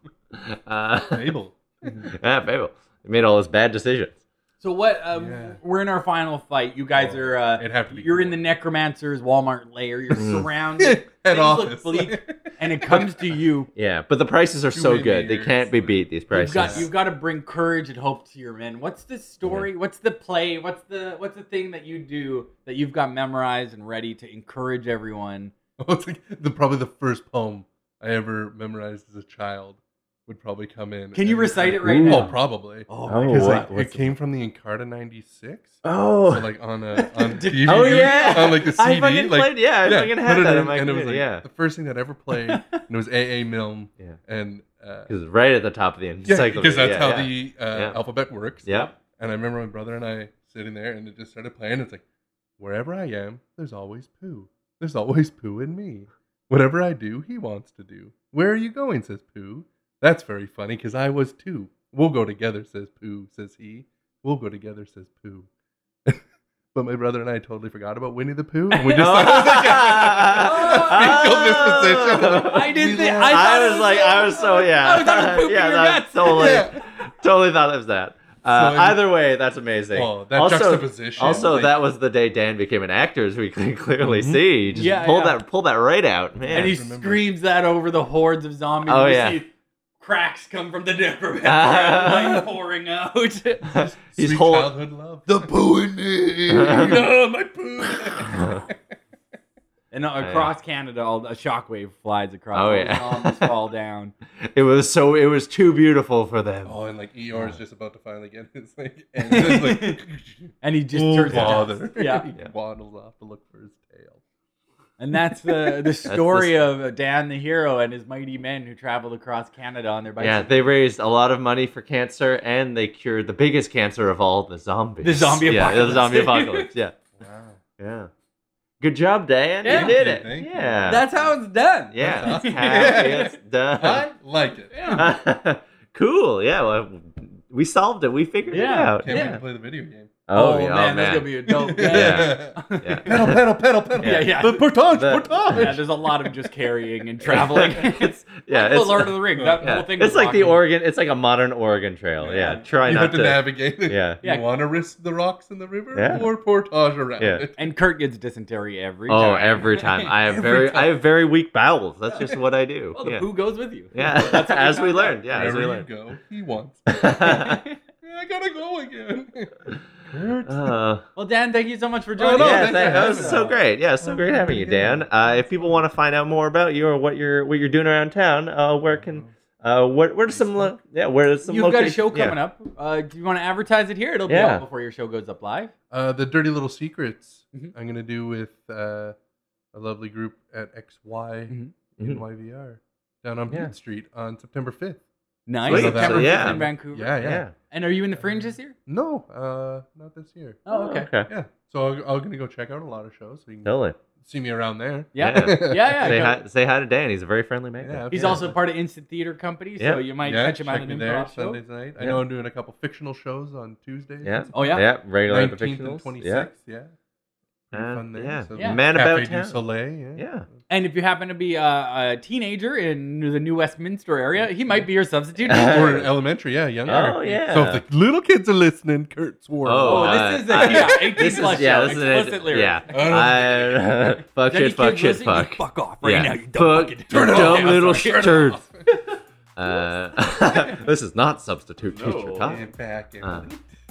[SPEAKER 1] Uh,
[SPEAKER 3] Fable.
[SPEAKER 1] yeah, Fable. They made all those bad decisions.
[SPEAKER 2] So what? Um,
[SPEAKER 3] Yeah.
[SPEAKER 2] We're in our final fight. You guys
[SPEAKER 3] Oh,
[SPEAKER 2] are. Uh,
[SPEAKER 3] it'd have to be
[SPEAKER 2] you're in
[SPEAKER 3] cool.
[SPEAKER 2] the necromancer's Walmart lair. You're
[SPEAKER 1] Mm.
[SPEAKER 2] surrounded,
[SPEAKER 3] Head
[SPEAKER 2] look
[SPEAKER 3] office.
[SPEAKER 2] bleak. and it comes to you.
[SPEAKER 1] Yeah, but the prices are
[SPEAKER 3] Too
[SPEAKER 1] so
[SPEAKER 3] many
[SPEAKER 1] good; they
[SPEAKER 3] years.
[SPEAKER 1] can't be beat. These
[SPEAKER 2] You've
[SPEAKER 1] prices.
[SPEAKER 2] got, you've got to bring courage and hope to your men. What's the story? What's the play? What's the what's the thing that you do that you've got memorized and ready to encourage everyone?
[SPEAKER 3] it's like the probably the first poem I ever memorized as a child would probably come in.
[SPEAKER 2] Can you
[SPEAKER 3] And-
[SPEAKER 2] recite it right
[SPEAKER 1] Ooh.
[SPEAKER 3] Oh,
[SPEAKER 2] now?
[SPEAKER 3] probably.
[SPEAKER 1] Oh, wow.
[SPEAKER 3] Because like,
[SPEAKER 1] What's
[SPEAKER 3] it came from the Encarta '96.
[SPEAKER 1] oh,
[SPEAKER 3] So like on a on TV,
[SPEAKER 1] oh yeah.
[SPEAKER 3] on like the CD,
[SPEAKER 1] I fucking
[SPEAKER 3] like
[SPEAKER 1] played. Yeah, I
[SPEAKER 3] yeah,
[SPEAKER 1] fucking
[SPEAKER 3] put
[SPEAKER 1] had
[SPEAKER 3] it
[SPEAKER 1] that
[SPEAKER 3] in,
[SPEAKER 1] in my
[SPEAKER 3] and it was
[SPEAKER 1] computer.
[SPEAKER 3] like
[SPEAKER 1] Yeah,
[SPEAKER 3] the first thing that ever played, and it was A.A. Milne,
[SPEAKER 1] Yeah.
[SPEAKER 3] and uh,
[SPEAKER 1] because right at the top of the
[SPEAKER 3] yeah,
[SPEAKER 1] encyclopedia.
[SPEAKER 3] because that's
[SPEAKER 1] yeah,
[SPEAKER 3] how
[SPEAKER 1] yeah.
[SPEAKER 3] the uh,
[SPEAKER 1] Yeah.
[SPEAKER 3] alphabet works.
[SPEAKER 1] Yeah.
[SPEAKER 3] And I remember my brother and I sitting there, and it just started playing. It's like, wherever I am, there's always poo. There's always poo in me. Whatever I do, he wants to do. Where are you going? Says poo. That's very funny because I was too. We'll go together. Says poo. Says he. We'll go together. Says poo. but my brother and I totally forgot about Winnie the Pooh, and we just
[SPEAKER 1] Oh,
[SPEAKER 3] thought it was like
[SPEAKER 1] Oh.
[SPEAKER 3] a fecal disposition.
[SPEAKER 2] I didn't
[SPEAKER 3] We
[SPEAKER 2] think-
[SPEAKER 3] laughed.
[SPEAKER 2] I
[SPEAKER 1] I,
[SPEAKER 2] thought it
[SPEAKER 1] was,
[SPEAKER 2] was
[SPEAKER 1] like,
[SPEAKER 2] a-
[SPEAKER 1] I was so yeah.
[SPEAKER 2] I was out of poop in
[SPEAKER 1] yeah,
[SPEAKER 2] your
[SPEAKER 1] that-
[SPEAKER 2] guts.
[SPEAKER 1] totally,
[SPEAKER 3] Yeah.
[SPEAKER 1] totally thought it was that. Uh,
[SPEAKER 3] So I-
[SPEAKER 1] either way, that's amazing.
[SPEAKER 3] Oh, that juxtaposition,
[SPEAKER 1] Also,
[SPEAKER 3] like-
[SPEAKER 1] that was the day Dan became an actor, as we can clearly
[SPEAKER 3] Mhm.
[SPEAKER 1] see. You Just
[SPEAKER 2] Mm-hmm. Yeah,
[SPEAKER 1] pull
[SPEAKER 2] yeah.
[SPEAKER 1] that, pull that right out, man.
[SPEAKER 2] and he
[SPEAKER 3] Remember.
[SPEAKER 2] screams that over the hordes of zombies.
[SPEAKER 1] Oh,
[SPEAKER 2] You
[SPEAKER 1] yeah.
[SPEAKER 2] see cracks come from the necromancer,
[SPEAKER 1] Ah.
[SPEAKER 2] like pouring out. the
[SPEAKER 1] He's
[SPEAKER 3] Sweet
[SPEAKER 1] whole-
[SPEAKER 3] childhood love. The poo in me. oh, my poo.
[SPEAKER 2] And uh, across Canada, all, a shockwave flies across.
[SPEAKER 1] Oh,
[SPEAKER 2] all
[SPEAKER 1] yeah.
[SPEAKER 2] the zombies fall down.
[SPEAKER 1] it was so, it was too beautiful for them.
[SPEAKER 3] Oh, and like Eeyore is just about to finally get his like, and it's like
[SPEAKER 2] And he just
[SPEAKER 3] oh,
[SPEAKER 2] turns to
[SPEAKER 3] bother.
[SPEAKER 2] dust. Yeah.
[SPEAKER 3] he waddles off to look for his tail.
[SPEAKER 2] And that's the, the story of Dan the hero and his mighty men who traveled across Canada on their
[SPEAKER 1] Yeah,
[SPEAKER 2] bicycles.
[SPEAKER 1] they raised a lot of money for cancer, and they cured the biggest cancer of all, the zombies.
[SPEAKER 2] The zombie
[SPEAKER 1] yeah,
[SPEAKER 2] apocalypse.
[SPEAKER 1] the zombie apocalypse. Yeah,
[SPEAKER 3] Wow,
[SPEAKER 1] yeah. Good job, Dan.
[SPEAKER 2] Yeah.
[SPEAKER 1] You did
[SPEAKER 3] Yeah,
[SPEAKER 1] it.
[SPEAKER 3] thank you.
[SPEAKER 1] yeah,
[SPEAKER 2] That's how it's done.
[SPEAKER 1] yeah. That's
[SPEAKER 3] awesome.
[SPEAKER 1] how it's done.
[SPEAKER 3] I like it.
[SPEAKER 2] Yeah.
[SPEAKER 1] cool. Yeah, well, we solved it. We figured
[SPEAKER 2] Yeah.
[SPEAKER 1] it out.
[SPEAKER 3] Can't wait
[SPEAKER 1] yeah.
[SPEAKER 3] to play the video game.
[SPEAKER 1] Oh, yeah,
[SPEAKER 2] man,
[SPEAKER 1] oh,
[SPEAKER 2] that's
[SPEAKER 1] man.
[SPEAKER 2] gonna be a dope.
[SPEAKER 1] Yeah.
[SPEAKER 2] Yeah,
[SPEAKER 1] yeah.
[SPEAKER 3] pedal, pedal, pedal, pedal.
[SPEAKER 2] Yeah, yeah.
[SPEAKER 3] But portage,
[SPEAKER 1] The-
[SPEAKER 3] portage.
[SPEAKER 2] yeah. There's a lot of just carrying and traveling.
[SPEAKER 1] it's yeah,
[SPEAKER 2] the
[SPEAKER 1] it's,
[SPEAKER 2] Lord of the Rings. That
[SPEAKER 1] yeah.
[SPEAKER 2] whole thing.
[SPEAKER 1] it's
[SPEAKER 2] was
[SPEAKER 1] like the
[SPEAKER 2] walking.
[SPEAKER 1] Oregon. It's like a modern Oregon trail. Yeah,
[SPEAKER 2] Yeah.
[SPEAKER 1] try
[SPEAKER 3] you
[SPEAKER 1] not
[SPEAKER 3] have to,
[SPEAKER 1] to.
[SPEAKER 3] navigate it.
[SPEAKER 1] yeah,
[SPEAKER 2] Yeah.
[SPEAKER 3] You want to risk the rocks in the river
[SPEAKER 1] Yeah.
[SPEAKER 3] or portage around
[SPEAKER 1] Yeah.
[SPEAKER 3] it.
[SPEAKER 2] And Kurt gets dysentery every.
[SPEAKER 1] Oh,
[SPEAKER 2] time.
[SPEAKER 1] every time I have
[SPEAKER 3] Every
[SPEAKER 1] very, I
[SPEAKER 3] time.
[SPEAKER 1] have very weak bowels. That's just what I do.
[SPEAKER 2] Well, Oh, the
[SPEAKER 1] yeah,
[SPEAKER 2] poo goes with you.
[SPEAKER 1] yeah.
[SPEAKER 2] That's what
[SPEAKER 1] as we
[SPEAKER 2] found
[SPEAKER 1] learned. Yeah, as
[SPEAKER 3] Wherever
[SPEAKER 1] we
[SPEAKER 3] you
[SPEAKER 1] learned.
[SPEAKER 3] go, he wants.
[SPEAKER 2] out.
[SPEAKER 3] I gotta go again. Kurt.
[SPEAKER 1] Uh,
[SPEAKER 2] well, Dan, thank you so much for
[SPEAKER 3] Oh,
[SPEAKER 2] joining
[SPEAKER 3] no,
[SPEAKER 1] yeah,
[SPEAKER 2] us.
[SPEAKER 3] thanks for
[SPEAKER 1] that, that was
[SPEAKER 3] having
[SPEAKER 1] so
[SPEAKER 3] us.
[SPEAKER 1] great. Yeah, so
[SPEAKER 3] Oh,
[SPEAKER 1] great having you,
[SPEAKER 3] pretty
[SPEAKER 1] Dan.
[SPEAKER 3] good.
[SPEAKER 1] Uh, if people want to find out more about you or what you're what you're doing around town, uh, where can uh, what where are some lo- yeah where are some
[SPEAKER 2] You've got a
[SPEAKER 1] locations-
[SPEAKER 2] show
[SPEAKER 1] yeah.
[SPEAKER 2] coming up. Uh, do you want to advertise it here? It'll be
[SPEAKER 1] Yeah.
[SPEAKER 2] out before your show goes up live.
[SPEAKER 3] Uh, the Dirty Little Secrets
[SPEAKER 2] Mhm.
[SPEAKER 1] Mm-hmm.
[SPEAKER 3] I'm gonna do with uh, a lovely group at XY
[SPEAKER 2] Mhm.
[SPEAKER 3] in YVR down on
[SPEAKER 1] Mm-hmm. Yeah.
[SPEAKER 3] Beat Street on September 5th.
[SPEAKER 2] Nice.
[SPEAKER 1] Sweet.
[SPEAKER 2] September
[SPEAKER 1] So, yeah.
[SPEAKER 2] fifth in Vancouver.
[SPEAKER 3] Yeah, yeah.
[SPEAKER 1] Yeah.
[SPEAKER 2] And are you in the Fringe this year?
[SPEAKER 3] No, uh, not this year.
[SPEAKER 2] Oh, okay.
[SPEAKER 3] Yeah, so I'm, I'm gonna go check out a lot of shows. So you can
[SPEAKER 1] Totally.
[SPEAKER 3] see me around there.
[SPEAKER 2] Yeah. Yeah, yeah.
[SPEAKER 1] Say
[SPEAKER 2] go.
[SPEAKER 1] hi, say hi to Dan. He's a very friendly man.
[SPEAKER 3] Yeah,
[SPEAKER 2] He's
[SPEAKER 3] yeah.
[SPEAKER 2] also part of Instant Theater Company, so
[SPEAKER 1] Yeah.
[SPEAKER 2] you might
[SPEAKER 3] yeah,
[SPEAKER 2] catch him out
[SPEAKER 3] check
[SPEAKER 2] at
[SPEAKER 3] me
[SPEAKER 2] an
[SPEAKER 3] there
[SPEAKER 2] improv show.
[SPEAKER 3] Sundays night. I
[SPEAKER 1] Yeah.
[SPEAKER 3] know I'm doing a couple fictional shows on Tuesdays.
[SPEAKER 1] Yeah.
[SPEAKER 2] Oh yeah.
[SPEAKER 1] yeah, regular at the
[SPEAKER 3] 19th and
[SPEAKER 1] Fictionals.
[SPEAKER 3] 26th.
[SPEAKER 1] Yeah.
[SPEAKER 3] Yeah. Pretty
[SPEAKER 1] Uh,
[SPEAKER 3] fun there.
[SPEAKER 1] yeah.
[SPEAKER 3] So
[SPEAKER 2] Yeah.
[SPEAKER 1] Man
[SPEAKER 3] Cafe
[SPEAKER 1] About
[SPEAKER 3] du
[SPEAKER 1] Town.
[SPEAKER 3] Soleil. Yeah.
[SPEAKER 1] Yeah.
[SPEAKER 2] And if you happen to be uh, a, a teenager in the New Westminster area, he might be your substitute.
[SPEAKER 1] Yeah.
[SPEAKER 3] Or in elementary. Yeah. Young.
[SPEAKER 1] Oh, yeah.
[SPEAKER 3] So if the little kids are listening, Kurt swore.
[SPEAKER 2] oh,
[SPEAKER 1] Oh,
[SPEAKER 2] this is a
[SPEAKER 1] I-
[SPEAKER 2] yeah, 18
[SPEAKER 1] This
[SPEAKER 2] plus
[SPEAKER 1] is yeah.
[SPEAKER 2] show.
[SPEAKER 1] This is
[SPEAKER 2] explicit
[SPEAKER 1] it.
[SPEAKER 2] lyrics.
[SPEAKER 1] Yeah.
[SPEAKER 3] I don't-
[SPEAKER 1] I, fuck
[SPEAKER 2] Any
[SPEAKER 1] shit. Fuck
[SPEAKER 2] kid
[SPEAKER 1] shit.
[SPEAKER 2] listening, you
[SPEAKER 1] Fuck.
[SPEAKER 2] Fuck off right
[SPEAKER 1] yeah.
[SPEAKER 2] now. You dumb
[SPEAKER 1] fuck.
[SPEAKER 2] fucking
[SPEAKER 1] Dumb
[SPEAKER 2] turd. off.
[SPEAKER 1] little
[SPEAKER 2] Sorry.
[SPEAKER 1] shit turd. Uh, this is not substitute
[SPEAKER 3] Oh,
[SPEAKER 1] teacher
[SPEAKER 2] No.
[SPEAKER 1] talk.
[SPEAKER 3] Get back in.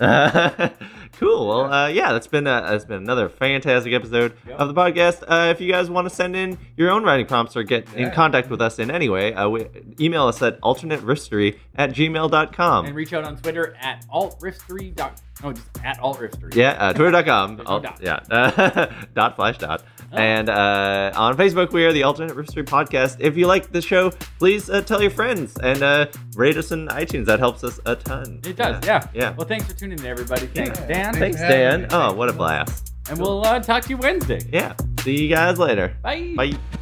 [SPEAKER 1] Uh, cool. Well, uh, yeah, that's been uh that's been another fantastic episode
[SPEAKER 2] Yep.
[SPEAKER 1] of the podcast. Uh, if you guys want to send in your own writing prompts or get in
[SPEAKER 3] Yeah.
[SPEAKER 1] contact with us in any way, uh, we, email us at alternatewristery at
[SPEAKER 2] And
[SPEAKER 1] gmail.com.
[SPEAKER 2] reach out on Twitter at altriff3. Dot, no, just at altriff3.
[SPEAKER 1] Yeah, uh, twitter.com.
[SPEAKER 2] There's no
[SPEAKER 1] Al-
[SPEAKER 2] dot.
[SPEAKER 1] yeah. Uh, dot flash dot. And uh, on Facebook, we are the Alternate Riftry Podcast. If you like the show, please uh, tell your friends and uh, rate us on iTunes. That helps us a ton.
[SPEAKER 2] It does, yeah.
[SPEAKER 1] Yeah.
[SPEAKER 2] Well, thanks for tuning in, everybody. Thanks,
[SPEAKER 3] Yeah.
[SPEAKER 2] Dan.
[SPEAKER 3] Thank-
[SPEAKER 1] Thanks,
[SPEAKER 3] for having
[SPEAKER 1] Dan.
[SPEAKER 3] me.
[SPEAKER 1] Oh, what a blast.
[SPEAKER 2] And we'll uh, talk to you Wednesday.
[SPEAKER 1] Yeah. See you guys later.
[SPEAKER 2] Bye.
[SPEAKER 1] Bye.